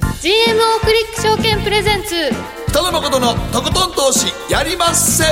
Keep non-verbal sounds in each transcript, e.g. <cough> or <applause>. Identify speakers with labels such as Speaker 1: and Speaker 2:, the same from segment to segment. Speaker 1: GMO クリック証券プレゼンツ
Speaker 2: 北野誠のとことん投資やりまっせ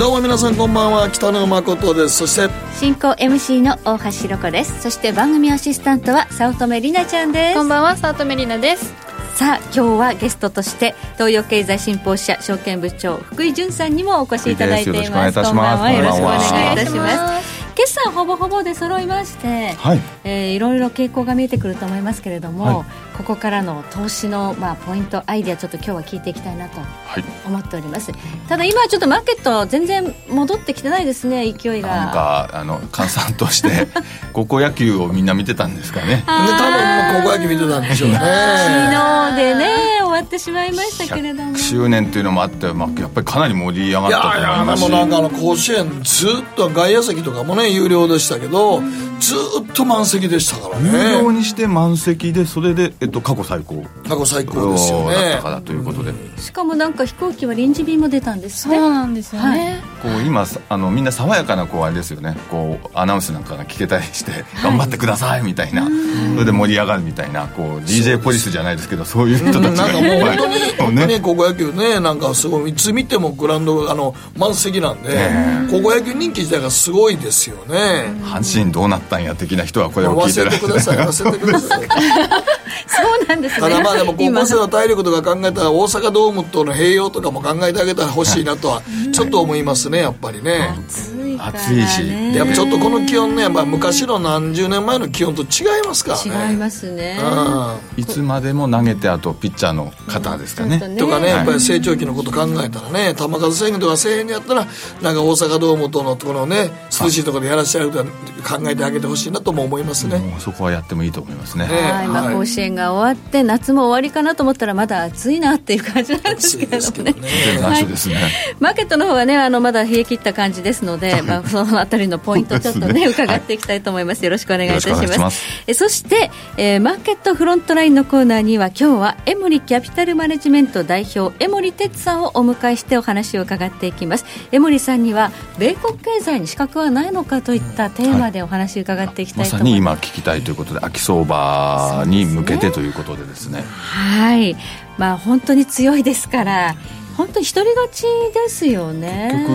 Speaker 2: どうも皆さんこんばんは北野誠ですそして
Speaker 3: 進行 MC の大橋ロコですそして番組アシスタントは早乙女里奈ちゃんです
Speaker 1: こんばんはサートメリナです
Speaker 3: さあ今日はゲストとして東洋経済新報社証券部長福井潤さんにもお越しいただいています
Speaker 4: よろしくお願いいたします
Speaker 3: こんばんはよろしくお願いいたし
Speaker 1: こんばんは
Speaker 3: ます決算ほぼほぼで揃いまして、
Speaker 4: はい
Speaker 3: えーいろいろ傾向が見えてくると思いますけれども、
Speaker 4: は
Speaker 3: ここからの投資の、まあ、ポイントアイデアちょっと今日は聞いていきたいなと
Speaker 4: はい
Speaker 3: 思っておりますただ今はちょっとマーケット全然戻ってきてないですね勢いが
Speaker 4: なんかあの閑散として <laughs> 高校野球をみんな見てたんですかね
Speaker 2: で多分まあ高校野球見てたんでしょうね
Speaker 4: <laughs>
Speaker 3: 昨日でね終わってしまいましたけれども
Speaker 4: 100周年っていうのもあって、まあ、やっぱりかなり盛り上が
Speaker 2: い
Speaker 4: っ
Speaker 2: や
Speaker 4: た
Speaker 2: い
Speaker 4: と
Speaker 2: や
Speaker 4: 思いま
Speaker 2: でも
Speaker 4: す
Speaker 2: なんかあの甲子園ずっと外野席とかもね有料でしたけどずっと満席でしたから
Speaker 4: 有料
Speaker 2: ね
Speaker 4: にして満席でそれで、えっと、過去最高
Speaker 2: 過去最高ですよ
Speaker 4: だった
Speaker 2: ね
Speaker 4: からということで、こ
Speaker 3: しかもなんか飛行機は臨時便も出たんです
Speaker 1: そう
Speaker 3: ね
Speaker 1: なんですよね、
Speaker 4: う今あのみんな爽やかなこうあれですよねこうアナウンスなんかが聞けたりして、頑張ってくださいみたいなそれで盛り上がるみたいなこう DJ ポリスじゃないですけどそういう人たち
Speaker 2: なんか
Speaker 4: が
Speaker 2: もう本当に
Speaker 4: いっぱ
Speaker 2: 本
Speaker 4: い
Speaker 2: 当
Speaker 4: <laughs> ね
Speaker 2: に高校野球ねなんかすごいいつ見てもグラウンドあの満席なんで
Speaker 4: え
Speaker 2: 高校野球人気自体がすごいですよね
Speaker 4: 阪神どうなったんや的な人はこれを
Speaker 2: 忘
Speaker 4: 聞いて
Speaker 2: れ
Speaker 4: ら
Speaker 2: てく
Speaker 4: っ
Speaker 2: だ
Speaker 4: し
Speaker 2: さ
Speaker 4: ゃ
Speaker 2: い
Speaker 4: る <laughs>
Speaker 2: 忘れてください
Speaker 3: そうなんですね
Speaker 2: ただまあでも高
Speaker 3: 今
Speaker 2: 校生の体力とか考えたら大阪ドームとの併用とかも考えてあげたら欲しいなとはちょっと思いますねやっぱりね
Speaker 3: 暑いからね
Speaker 4: 暑いし
Speaker 2: でやっぱちょっとこの気温ね、まあ、昔の何十年前の気温と違いますからね
Speaker 3: 違いますね
Speaker 2: う
Speaker 4: いつまでも投げてあとピッチャーの方ですかね,、
Speaker 3: ちょっ
Speaker 2: んとかね、
Speaker 3: はい
Speaker 2: やっぱり成長期のこと考えたらね球数制限とか制限でやったらなんか大阪ドームとのところをね涼しいところでやらせてやるとか考えてあげてほしいなとも思いますね、
Speaker 4: もうそこはやってもいいと思いますね、
Speaker 2: ね
Speaker 3: はいまあ、
Speaker 2: はい
Speaker 3: 甲子園が終わって夏も終わりかなと思ったらまだ暑いなっていう感じなんですけれど <laughs> もね
Speaker 4: 全然一緒ですね、
Speaker 3: マーケットの方はねあのまだ冷え切った感じですの
Speaker 4: <laughs>
Speaker 3: で、まあ、そのあたりのポイントちょっと
Speaker 4: そう
Speaker 3: ね
Speaker 4: ですね
Speaker 3: 伺っていきたいと思いますよろしくお願いいたし
Speaker 4: よろ
Speaker 3: ま
Speaker 4: しくお願い
Speaker 3: す
Speaker 4: します
Speaker 3: えそして、えーマーケットフロントラインのコーナーには今日はエモリキャピタルマネジメント代表江森哲さんをお迎えしてお話を伺っていきます江森さんには米国経済に資格はないのかといったテーマでお話伺っていきた
Speaker 4: ま
Speaker 3: いと
Speaker 4: さ
Speaker 3: 思
Speaker 4: に
Speaker 3: います、
Speaker 4: 今聞きたいということで秋相場に向けてということでですね
Speaker 3: はいまあ本当に強いですから本当に独り勝ちですよね
Speaker 4: 結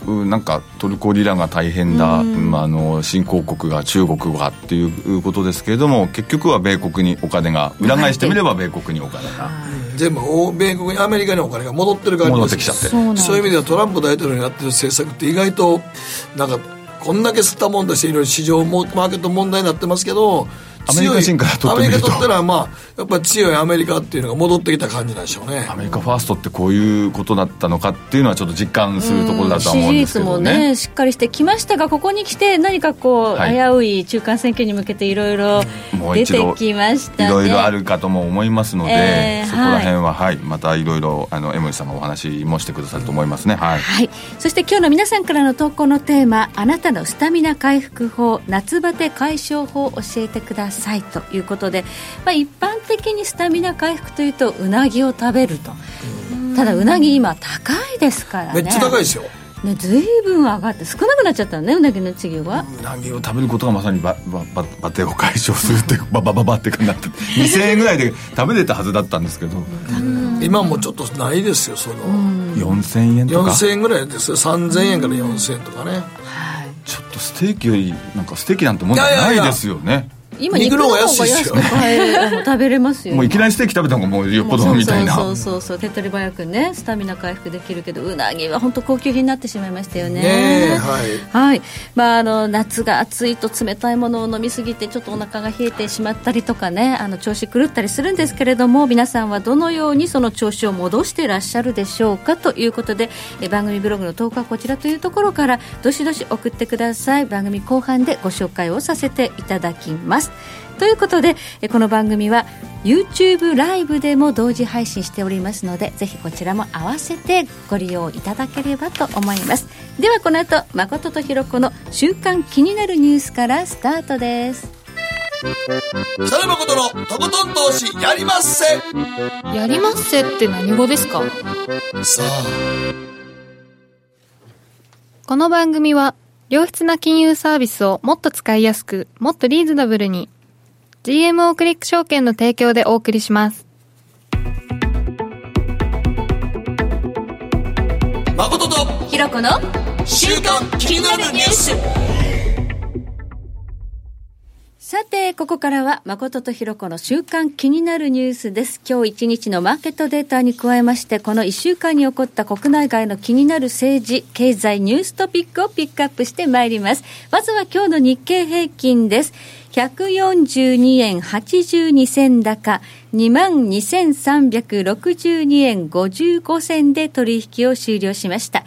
Speaker 4: 局なんかトルコリラが大変だ、まあ、あの新興国が中国がっていうことですけれども結局は米国にお金が裏返してみれば米国にお金が
Speaker 2: 全部欧米国にアメリカにお金が戻ってる感じ
Speaker 4: 戻
Speaker 2: で
Speaker 4: っ
Speaker 2: す
Speaker 4: てきちゃって
Speaker 3: そうなんです
Speaker 2: そういう意味ではトランプ大統領になってる政策って意外となんかこんだけ吸ったもんだしていろいろ市場もマーケット問題になってますけど
Speaker 4: アメリカ人から取ってみると
Speaker 2: アメリカ取ったらまあやっぱ強いアメリカっていうのが戻ってきた感じなんでしょうね
Speaker 4: アメリカファーストってこういうことだったのかっていうのはちょっと実感するところだとは
Speaker 3: 支
Speaker 4: 思
Speaker 3: 持
Speaker 4: うんで
Speaker 3: 率
Speaker 4: すけ
Speaker 3: も
Speaker 4: ど
Speaker 3: ね
Speaker 4: ね
Speaker 3: しっかりしてきましたがここに来て何かこう、
Speaker 4: はい
Speaker 3: 危うい中間選挙に向けていろいろ
Speaker 4: もう
Speaker 3: 出
Speaker 4: 一
Speaker 3: て
Speaker 4: 度
Speaker 3: きましたね
Speaker 4: いろいろあるかとも思いますので、
Speaker 3: えー
Speaker 4: そこら辺は、はいまたいろいろあの江森さんがお話もしてくださると思いますね、はい
Speaker 3: はい、そして今日の皆さんからの投稿のテーマ「あなたのスタミナ回復法夏バテ解消法教えてください」ということで、まあ、一般的にスタミナ回復というとうなぎを食べるとただうなぎ今高いですから
Speaker 2: め
Speaker 3: ね
Speaker 2: っちゃ高いですよ
Speaker 3: ねずいぶん上がって少なくなっちゃったのねうなぎの稚魚は
Speaker 4: うなぎを食べることがまさにババババテを解消する
Speaker 3: <laughs>
Speaker 4: っていうババババってかなって2000円ぐらいで食べれたはずだったんですけど、
Speaker 2: 今もちょっとないですよその
Speaker 4: 4000円とか
Speaker 2: 4000円ぐらいですよ3000円から4000円とかね
Speaker 4: ちょっとステーキよりなんかステーキなんてもんじゃないですよね
Speaker 3: 今肉
Speaker 2: 肉
Speaker 3: の
Speaker 2: の
Speaker 3: 方
Speaker 2: 方
Speaker 3: が
Speaker 2: が
Speaker 3: 安
Speaker 2: 安いっす
Speaker 3: く
Speaker 2: よね
Speaker 3: 買えるもう食べれますよ
Speaker 4: もういきなりステーキ食べた方がもうよっぽ
Speaker 3: そ
Speaker 4: ど
Speaker 3: う
Speaker 4: みたいな
Speaker 3: そうそうそう手っ取り早くねスタミナ回復できるけどうなぎは本当高級品になってしまいましたよね
Speaker 2: ねえはい
Speaker 3: はいまあ、あの夏が暑いと冷たいものを飲みすぎてちょっとお腹が冷えてしまったりとかねあの調子狂ったりするんですけれども皆さんはどのようにその調子を戻していらっしゃるでしょうかということでえ番組ブログの投稿はこちらというところからどしどし送ってください番組後半でご紹介をさせていただきます。ということでえこの番組は YouTube ライブでも同時配信しておりますのでぜひこちらも合わせてご利用いただければと思いますではこの後誠とひろこの「週刊気になるニュース」からスタートです
Speaker 2: 北野誠のとことん投資やりまっせ
Speaker 1: やりまっせって何語ですか
Speaker 2: さあ
Speaker 1: この番組は良質な金融サービスをもっと使いやすくもっとリーズナブルに GMO クリック証券の提供でお送りします。
Speaker 2: 誠と
Speaker 3: ひろこの
Speaker 2: 週刊気になるニュース
Speaker 3: さて、ここからは、誠とひろこの週間気になるニュースです。今日一日のマーケットデータに加えまして、この一週間に起こった国内外の気になる政治、経済、ニューストピックをピックアップしてまいります。まずは今日の日経平均です。142円82銭高、22,362円55銭で取引を終了しました。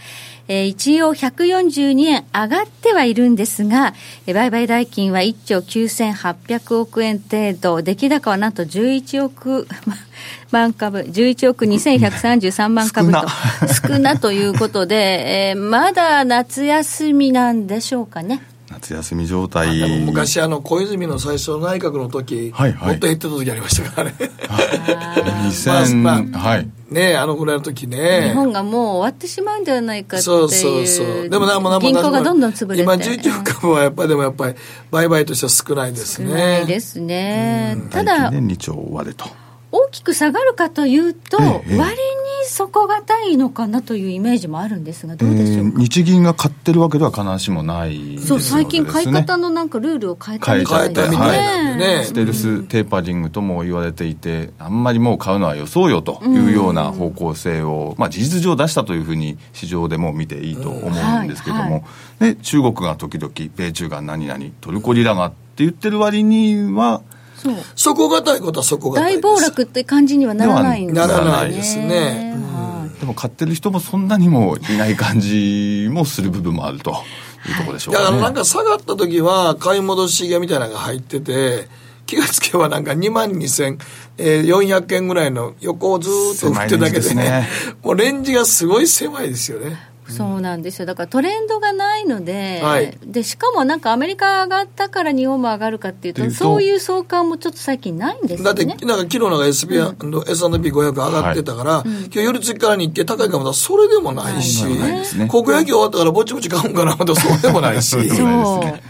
Speaker 3: えー一応142円上がってはいるんですが、えー売買代金は1兆9800億円程度、出来高はなんと11億 <laughs> 万株、11億2133万株と、 <laughs> 少なということで、えーまだ夏休みなんでしょうかね。
Speaker 4: 夏休み状態
Speaker 2: でも昔あの小泉の最初の内閣の時、
Speaker 4: はいはい
Speaker 2: もっと減ってた時ありましたからね
Speaker 4: 2000、
Speaker 2: まあ
Speaker 4: はい
Speaker 2: <laughs> ねえあのぐらいの時ね
Speaker 3: 日本がもう終わってしまうんではないかっていう。
Speaker 2: そうそうそうでもなんもなんも
Speaker 3: 銀行がどんどん潰れて。
Speaker 2: 今19株はやっぱりでもやっぱり売買としては少ないです
Speaker 3: 少
Speaker 2: ね
Speaker 3: ないですね。ただ
Speaker 4: 大、体ね2兆割れと
Speaker 3: 大きく下がるかというと、
Speaker 4: ええ
Speaker 3: 割に底堅いのかなというイメージもあるんですが、どうでしょう
Speaker 4: えー
Speaker 3: か。
Speaker 4: 日銀が買ってるわけでは必ずしもないです
Speaker 3: そ
Speaker 4: の
Speaker 3: う、
Speaker 4: で
Speaker 3: 最近買い方
Speaker 4: の
Speaker 3: のなんかルールを変えたみたい
Speaker 4: 変
Speaker 3: です
Speaker 4: えた
Speaker 3: ね。
Speaker 4: みたい
Speaker 2: なんでね
Speaker 4: ステルステーパリングとも言われていてあんまりもう買うのはよそうよというような方向性を、まあ、事実上出したというふうに市場でも見ていいと思うんですけど
Speaker 3: うんはい
Speaker 4: も、で中国が時々米中が何々トルコリラがって言ってる割には
Speaker 3: そう。
Speaker 2: 底堅いことは底堅い
Speaker 3: 大
Speaker 2: です
Speaker 3: 暴落って感じにはならないんですよね。
Speaker 2: ならないですね
Speaker 3: はい
Speaker 4: でも買ってる人もそんなにもいない感じもする部分もあるというところでしょう
Speaker 2: だ
Speaker 4: か
Speaker 2: か
Speaker 4: ね。
Speaker 2: らなんか下がった時は買い戻しがみたいなのが入ってて気がつけばなんか2万2400円ぐらいの横をずーっと振ってるだけで
Speaker 4: 狭いレン
Speaker 2: ね
Speaker 4: ジです
Speaker 2: <laughs> もうレンジがすごい狭いですよね
Speaker 3: そうなんですよだからトレンドがないので,、
Speaker 2: はい
Speaker 3: でしかもなんかアメリカが上がったから日本も上がるかっていうと
Speaker 4: っていうと
Speaker 3: そういう相関もちょっと最近ないんです
Speaker 2: だ
Speaker 3: よ
Speaker 2: って
Speaker 3: ね
Speaker 2: なんか昨日なんか S&P 500上がってたから、今日夜つから日経高いかもまだそれでもないし、
Speaker 4: そうでもないですね
Speaker 2: 高校野球終わったからぼちぼち買うんかなまだそうでもないし
Speaker 4: <laughs> そうでもない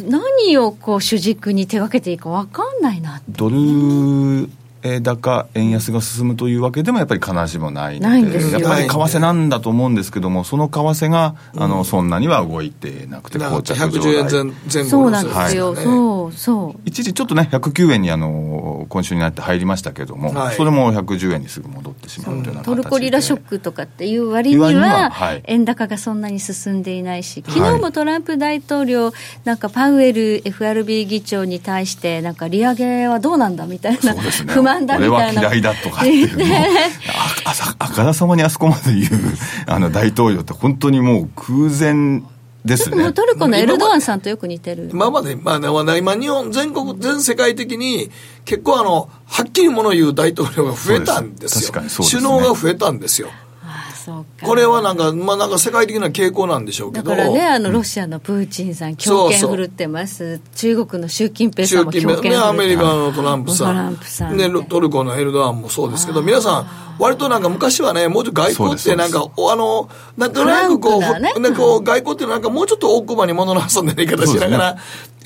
Speaker 3: そう何をこう主軸に手がけていいか分かんないな
Speaker 4: ドルえー高円安が進むというわけでもやっぱり必ずしもないの
Speaker 3: ないん
Speaker 4: で
Speaker 3: ですよ
Speaker 4: やっぱり為替なんだと思うんですけどもその為替が、あのそんなには動いてなくて
Speaker 2: なん
Speaker 4: 膠
Speaker 2: か
Speaker 4: 着
Speaker 2: 110
Speaker 4: 状
Speaker 2: 円前前
Speaker 4: 態
Speaker 2: 後
Speaker 3: そうなんですよ、
Speaker 2: ね
Speaker 3: そうそう
Speaker 4: 一時ちょっとね109円にあの今週になって入りましたけども、
Speaker 2: はい
Speaker 4: それも110円にすぐ戻ってしまうというような形で
Speaker 3: トルコリラショックとかっていう割には
Speaker 4: 割にははい
Speaker 3: 円高がそんなに進んでいないし
Speaker 4: はい
Speaker 3: 昨日もトランプ大統領なんかパウエル FRB 議長に対してなんか利上げはどうなんだみたいな、
Speaker 4: そうですね
Speaker 3: 不満だみたいな
Speaker 4: 俺は嫌いだとかっていうのをああさあからさまにあそこまで言うあの大統領って本当にもう空前です
Speaker 3: もう
Speaker 4: ね
Speaker 3: トルコのエルドアンさんとよく似てる
Speaker 2: 今まで、まあね、今、日本、全国、全世界的に、結構あの、はっきりもの言う大統領が増えたんですよ。
Speaker 4: そうです確かにそうですね
Speaker 2: 首脳が増えたんですよ。
Speaker 3: ああそうか
Speaker 2: これはなんか、まあなんか世界的な傾向なんでしょうけ
Speaker 3: だ
Speaker 2: ど。
Speaker 3: からねあのロシアのプーチンさん強権
Speaker 2: そうそう
Speaker 3: 振るってます中国の習近平さん
Speaker 2: 中
Speaker 3: も
Speaker 2: 近
Speaker 3: 強権振るっ
Speaker 2: 辺
Speaker 3: て
Speaker 2: ね、
Speaker 3: ま
Speaker 2: ア
Speaker 3: す
Speaker 2: メリカのトランプさん。
Speaker 3: トランプさん
Speaker 2: ね、トルコのエルドアンもそうですけど、皆さん、割となんか昔はね、もうちょっと外交っ
Speaker 4: そ
Speaker 2: て
Speaker 4: うで
Speaker 2: なん
Speaker 4: す
Speaker 2: か、おあの、なんとなくこう、
Speaker 3: フランクなね
Speaker 2: ほなんかこう外交ってなんかもうちょっと奥歯に物の挟んでる言い方しながら、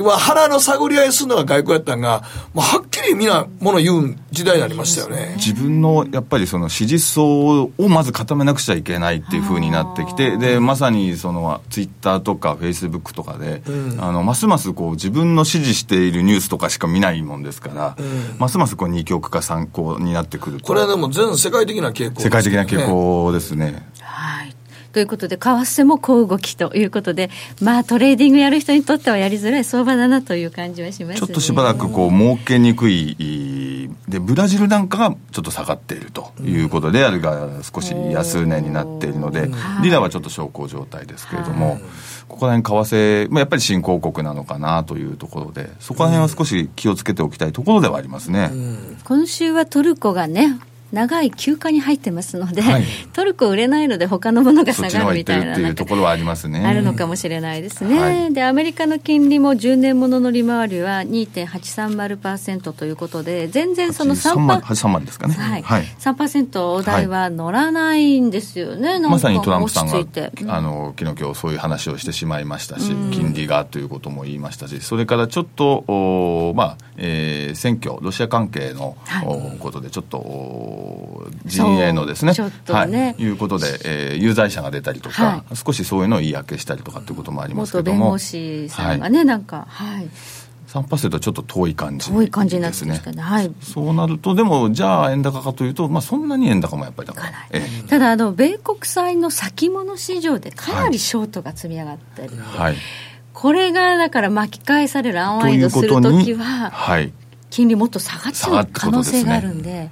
Speaker 2: まあ腹の探り合いするのが外交やったんが、もうはっきりみんなもの言う時代になりましたよね。
Speaker 4: 自分のやっぱりその支持層をまず固めなくちゃいけないっていうふうになってきてでまさにそのツイッターとかフェイスブックとかで、あのますますこう自分の支持しているニュースとかしか見ないもんですから、ますますこう二極化参考になってくると
Speaker 2: これはでも全世界的な傾向ですよ
Speaker 4: 世
Speaker 2: ね、
Speaker 4: 界的な傾向ですね
Speaker 3: はい。ということで、為替も小動きということで、まあトレーディングやる人にとってはやりづらい相場だなという感じはしますね。
Speaker 4: ちょっとしばらくこう儲けにくいいいでブラジルなんかがちょっと下がっているということで、レアルが少し安値になっているので、リラはちょっと小康状態ですけれども、ここら辺為替、まあ、やっぱり新興国なのかなというところでそこら辺は少し気をつけておきたいところではありますね、
Speaker 3: 今週はトルコがね、長い休暇に入ってますので、
Speaker 4: はい
Speaker 3: トルコ売れないので他のものが
Speaker 4: そ
Speaker 3: 下
Speaker 4: っちの方
Speaker 3: が
Speaker 4: が
Speaker 3: る
Speaker 4: い
Speaker 3: み
Speaker 4: って
Speaker 3: たい
Speaker 4: るっ
Speaker 3: な
Speaker 4: てい
Speaker 3: な
Speaker 4: うん
Speaker 3: か
Speaker 4: ところはありますね
Speaker 3: あるのかもしれないですね、
Speaker 4: はい
Speaker 3: でアメリカの金利も10年ものの利回りは2.830%ということで全然その3%,
Speaker 4: 3万3万ですかね
Speaker 3: はい3%台は乗らないんですよね、なんか
Speaker 4: まさにトランプさんが
Speaker 3: 落ち着いて、
Speaker 4: あの昨日今日そういう話をしてしまいましたし、金利がということも言いましたし、それからちょっと、おーまあえー選挙、ロシア関係の、
Speaker 3: はい
Speaker 4: おーことで、ちょっとおー陣営のですね
Speaker 3: そうちょっとね
Speaker 4: はい、いうことで、えー有罪者が出たりとか、
Speaker 3: は
Speaker 4: 少しそういうのを言い訳したりとかということもありますけ
Speaker 3: 元
Speaker 4: ど
Speaker 3: 弁
Speaker 4: も、
Speaker 3: 護士さんがね、なんか、はい、
Speaker 4: 3%はちょっと遠い感じ
Speaker 3: 遠い感じになっ
Speaker 4: で
Speaker 3: て
Speaker 4: す
Speaker 3: きま
Speaker 4: ね
Speaker 3: し。たね。はい
Speaker 4: そうなると、でも、じゃあ円高かというと、まあ、そんなに円高もやっぱりだから。ええ
Speaker 3: ただあの、米国債の先物市場でかなりショートが積み上がってる、
Speaker 4: はい、
Speaker 3: これがだから巻き返される、アン
Speaker 4: と
Speaker 3: ワイン
Speaker 4: い
Speaker 3: ド
Speaker 4: うこ
Speaker 3: すると
Speaker 4: と
Speaker 3: き
Speaker 4: に、
Speaker 3: は、
Speaker 4: はい、
Speaker 3: 金利もっと下がっちゃう可能性があるんで、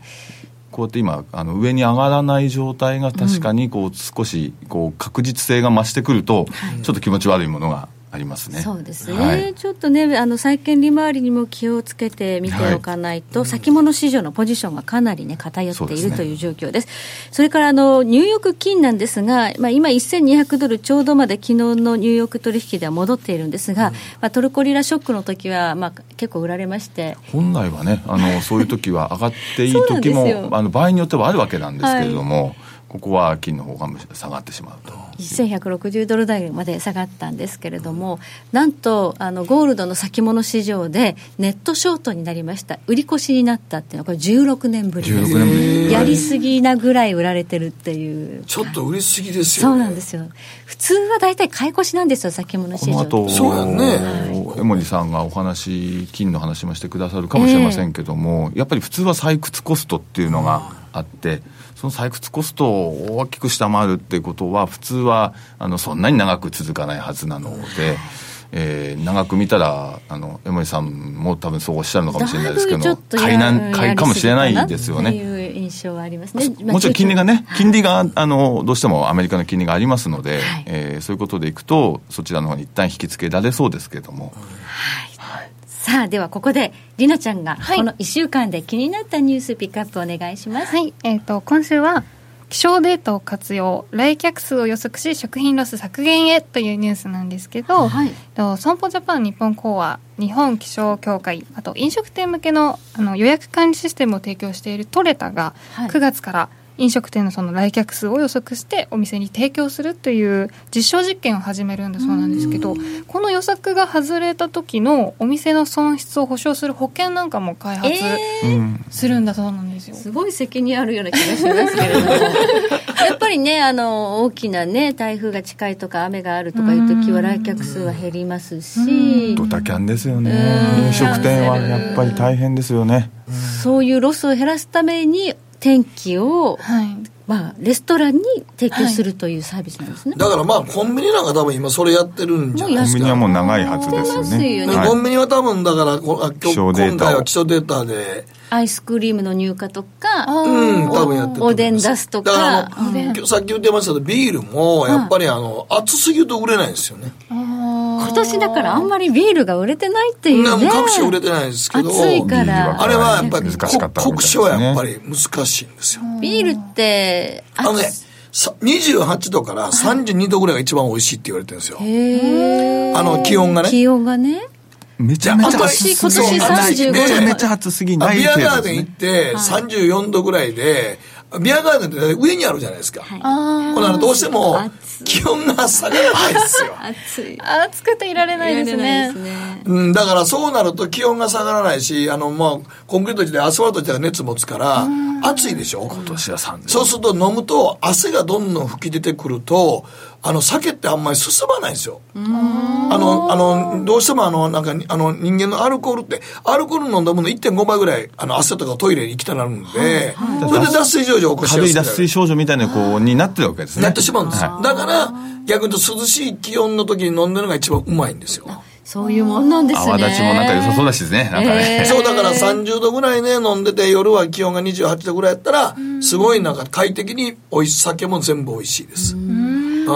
Speaker 4: こうやって今あの上に上がらない状態が確かにこう少しこう確実性が増してくると、ちょっと気持ち悪いものがありますね。
Speaker 3: そうですね、
Speaker 4: はい
Speaker 3: ちょっとね、あの債券利回りにも気をつけて見ておかないと、先物市場のポジションがかなり、ね、偏って
Speaker 4: そうで
Speaker 3: い
Speaker 4: す
Speaker 3: る
Speaker 4: ね
Speaker 3: という状況です、それからあのニューヨーク金なんですが、まあ、今、1200ドルちょうどまで昨日のニューヨーク取引では戻っているんですが、まあ、トルコリラショックの時はまあ結構売られまして、
Speaker 4: 本来はね
Speaker 3: <laughs>
Speaker 4: あのそういう時は上がっていい
Speaker 3: そうなん
Speaker 4: 時
Speaker 3: ですよ
Speaker 4: もあの場合によってはあるわけなんですけれども、ここは金の方がむし下がってしまうと。
Speaker 3: 1160ドル台まで下がったんですけれども、なんとあのゴールドの先物市場でネットショートになりました、売り越しになったっていうのは、これ16年ぶりです
Speaker 4: 16年ぶり
Speaker 3: やりすぎなぐらい売られてるっていう、
Speaker 2: ちょっと売りすぎです
Speaker 3: そ
Speaker 2: よ、ね、
Speaker 3: うなんですよ、普通は大体買い越しなんですよ、先物
Speaker 4: こ
Speaker 3: 市場
Speaker 4: の
Speaker 3: って。
Speaker 4: 後
Speaker 2: そうだね
Speaker 4: 江森さんがお話金の話もしてくださるかもしれませんけども、やっぱり普通は採掘コストっていうのがあってその採掘コストを大きく下回るってことは普通はあのそんなに長く続かないはずなので。えー長く見たらあの江森さんも多分そうおっしゃるのかもしれないですけ
Speaker 3: だいぶちょ
Speaker 4: ど
Speaker 3: っとや
Speaker 4: 買いなん
Speaker 3: うん
Speaker 4: 買いかもしれないですよ
Speaker 3: や
Speaker 4: ね。
Speaker 3: りすぎかなっていう印象はありますね。まあ
Speaker 4: もちろん金利がね、
Speaker 3: はい
Speaker 4: 金利があのどうしてもアメリカの金利がありますので、
Speaker 3: はい
Speaker 4: えーそういうことでいくと、そちらの方に一旦引き付けられそうですけれども、
Speaker 3: さあ、ではここで、りなちゃんが、
Speaker 1: はい
Speaker 3: この1週間で気になったニュースピックアップお願いします。
Speaker 1: はい、えっ、と、今週は、気象データを活用、来客数を予測し、食品ロス削減へというニュースなんですけど、
Speaker 3: はい
Speaker 1: えっと損保ジャパン日本公ア、日本気象協会、あと飲食店向けのあの予約管理システムを提供しているトレタが、
Speaker 3: はい
Speaker 1: 9月から飲食店のその来客数を予測してお店に提供するという実証実験を始めるんだそうなんですけどこの予測が外れた時のお店の損失を保証する保険なんかも開発
Speaker 3: え
Speaker 4: うん
Speaker 1: するんだそうなんですよ。
Speaker 3: ーすごい責任あるような気がしますけれども <laughs> やっぱりねあの大きなね台風が近いとか雨があるとかいう時は
Speaker 1: うん
Speaker 3: 来客数は減ります
Speaker 1: う
Speaker 3: し
Speaker 4: ドタキャンですよね
Speaker 3: うん、
Speaker 4: 飲食店はやっぱり大変ですよね。
Speaker 3: そういうロスを減らすために天気を、
Speaker 1: はい、
Speaker 3: まあ、レストランに提供するというサービスなんですね。
Speaker 2: だからまあコンビニなんか多分今それやってるんじゃない
Speaker 4: コ
Speaker 2: で
Speaker 4: ン
Speaker 2: す
Speaker 4: ビ
Speaker 2: か
Speaker 4: ニはもう長いはずです
Speaker 3: や
Speaker 4: よ
Speaker 3: ってま
Speaker 4: ね。
Speaker 3: すよね
Speaker 4: は
Speaker 2: コ
Speaker 4: い
Speaker 2: ンビニは多分だからこあ今
Speaker 4: 気象デ
Speaker 2: 日
Speaker 4: ータを
Speaker 2: 今回は気象データで
Speaker 3: アイスクリームの入荷とか、
Speaker 2: うん多分やってると思います
Speaker 3: おでん出すとか
Speaker 2: だからあ
Speaker 1: おでん
Speaker 2: のさっき言ってましたけどビールもやっぱりあの暑すぎると売れないんですよね
Speaker 1: 今
Speaker 3: 今年だからあんまりビールが売れてないっていう
Speaker 2: な
Speaker 3: ね。
Speaker 2: 各種売れてないですけど
Speaker 3: 暑いか
Speaker 4: ビール
Speaker 3: ら
Speaker 4: は
Speaker 2: あれはやっぱり
Speaker 4: 難しかったみたいですね
Speaker 2: 酷暑はやっぱり難しいんですよ
Speaker 3: ビールって
Speaker 2: あのねさ28度から32度ぐらいが一番美味しいって言われてるんですよ
Speaker 3: へー
Speaker 2: あの気温がね
Speaker 3: 気温がね
Speaker 4: めちゃめちゃ
Speaker 3: あ
Speaker 4: 暑すぎ
Speaker 3: 今年今年35
Speaker 4: めちゃめ
Speaker 2: ね
Speaker 4: ちゃ暑すぎな
Speaker 2: あ
Speaker 4: い
Speaker 2: ビア
Speaker 4: 程
Speaker 2: ガー
Speaker 4: 度
Speaker 2: デ
Speaker 4: で
Speaker 2: ン行
Speaker 4: す
Speaker 2: っ
Speaker 4: ね。
Speaker 2: て34度ぐらいで、ビアガーデンって上にあるじゃないですか。
Speaker 3: い
Speaker 2: ほらどうしても
Speaker 3: 暑い
Speaker 2: 気温が下がらないですよ。
Speaker 3: 暑い
Speaker 1: 暑くていられないですね。
Speaker 2: うん、だからそうなると気温が下がらないし、あの、まあ、コンクリート地でアスファルト地は熱持つから、暑いでしょ今年は3そうすると飲むと汗がどんどん吹き出てくると、あの、酒ってあんまり進まないんですよ。あの、あの、どうしてもあの、なんかに、あの、人間のアルコールって、アルコール飲んだもの1.5倍ぐらい、あの、汗とかトイレに行きたなるんで、それで脱水症状を起こしや
Speaker 4: 軽
Speaker 2: す
Speaker 4: い
Speaker 2: くな
Speaker 4: 脱
Speaker 2: る
Speaker 4: 水症状みたいなこうになってるわけですね。
Speaker 2: なってしまうんですよ。
Speaker 4: は
Speaker 2: だから、逆に言うと涼しい気温の時に飲んでるのが一番うまいんですよ。
Speaker 3: そういうもんなん
Speaker 4: い
Speaker 3: ですね
Speaker 4: 泡立ちもなんか良さそうだしね。なん
Speaker 3: えー
Speaker 4: かね。
Speaker 2: そうだから30度ぐらいね飲んでて夜は気温が28度ぐらいやったらすごいなんか快適においし酒も全部美味しいですうん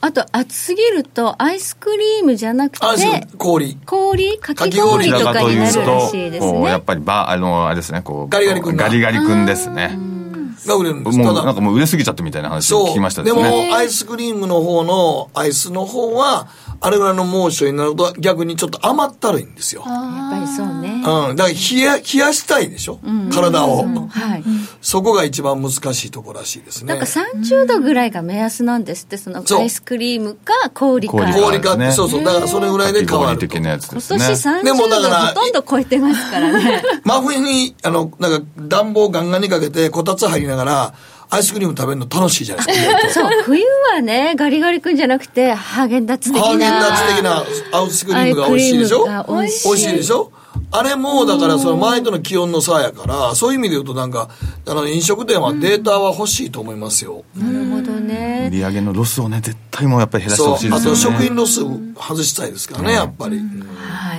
Speaker 3: あと暑すぎるとアイスクリームじゃなくて
Speaker 2: あそう氷
Speaker 3: 氷か
Speaker 2: か
Speaker 3: き
Speaker 2: き氷
Speaker 3: 氷
Speaker 4: ど
Speaker 3: と
Speaker 4: ちらか
Speaker 3: か
Speaker 4: と
Speaker 3: に
Speaker 4: い
Speaker 3: な
Speaker 4: う
Speaker 3: るらしいで
Speaker 4: と、
Speaker 3: す
Speaker 4: こうやっ
Speaker 3: ね
Speaker 4: ぱりバー、あの、あれですね、こう、
Speaker 2: ガリガリ君が
Speaker 4: ガリガリ君ですね。
Speaker 3: ます
Speaker 2: が売れるんです
Speaker 4: もう
Speaker 2: ただ
Speaker 4: なんかもう売れすぎちゃったみたいな話を聞きました
Speaker 2: で
Speaker 4: です
Speaker 2: も
Speaker 4: ね。
Speaker 2: アイスクリームの方のアイスの方はあれぐらいの猛暑になると逆にちょっと甘ったるいんですよ、うん、
Speaker 3: やっぱりそうね
Speaker 2: だから冷や冷やしたいでしょ、体を、
Speaker 3: はい
Speaker 2: そこが一番難しいところらしいですね
Speaker 3: なんか30度ぐらいが目安なんですって、その
Speaker 2: そう
Speaker 3: アイスクリームか氷か。
Speaker 4: 氷
Speaker 3: 今
Speaker 2: 氷買って
Speaker 4: あるんです
Speaker 2: そう
Speaker 4: ね
Speaker 2: そうだからそれぐらいで変わ
Speaker 4: 氷
Speaker 2: ると
Speaker 4: 的なやつですね。
Speaker 3: 年30
Speaker 2: で
Speaker 3: 度
Speaker 2: もだから
Speaker 3: ほとんど超えてますか
Speaker 2: <laughs>
Speaker 3: らね。
Speaker 2: 真冬にあのなんか暖房ガンガンにかけてこたつ入りながらアイスクリーム食べるの楽しいじゃないですか
Speaker 3: そう、冬はね、ガリガリ君じゃなくて、ハーゲンダッ <laughs> ツ的な。
Speaker 2: ハーゲンダッツ的なアイスクリームが美味しいでしょ
Speaker 3: アイスクリームが美味しい
Speaker 2: 美味しいでしょあれも、だから、その前との気温の差やから、そういう意味で言うとなんか、あの、飲食店はデータは欲しいと思いますよ。
Speaker 3: なるほど
Speaker 4: 売
Speaker 3: ね。
Speaker 4: り上げのロスをね、絶対もうやっぱり減らして
Speaker 2: そう
Speaker 4: ほしい。で
Speaker 2: あ
Speaker 4: すよ
Speaker 2: と、
Speaker 4: ね。
Speaker 2: 食品ロス外したいですからね、やっぱり。
Speaker 3: は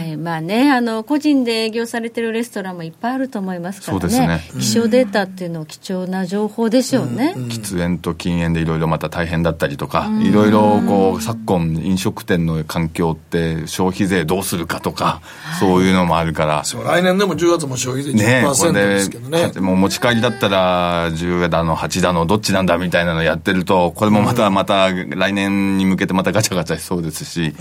Speaker 3: い。まあね、あの、個人で営業されてるレストランもいっぱいあると思いますからね。
Speaker 4: そうですね
Speaker 3: 気象データっていうのは貴重な情報ですよね。
Speaker 4: 喫煙と禁煙でいろいろまた大変だったりとか、いろいろこう、昨今飲食店の環境って消費税どうするかとか、そういうのもあるから、
Speaker 2: そう来年でも10月も消費税
Speaker 4: ねえこ
Speaker 2: 10%
Speaker 4: れ
Speaker 2: ですけどね。
Speaker 4: でもう持ち帰りだったら10だの8だのどっちなんだみたいなのやってるとこれもまたまた来年に向けてまたガチャガチャしそうですし、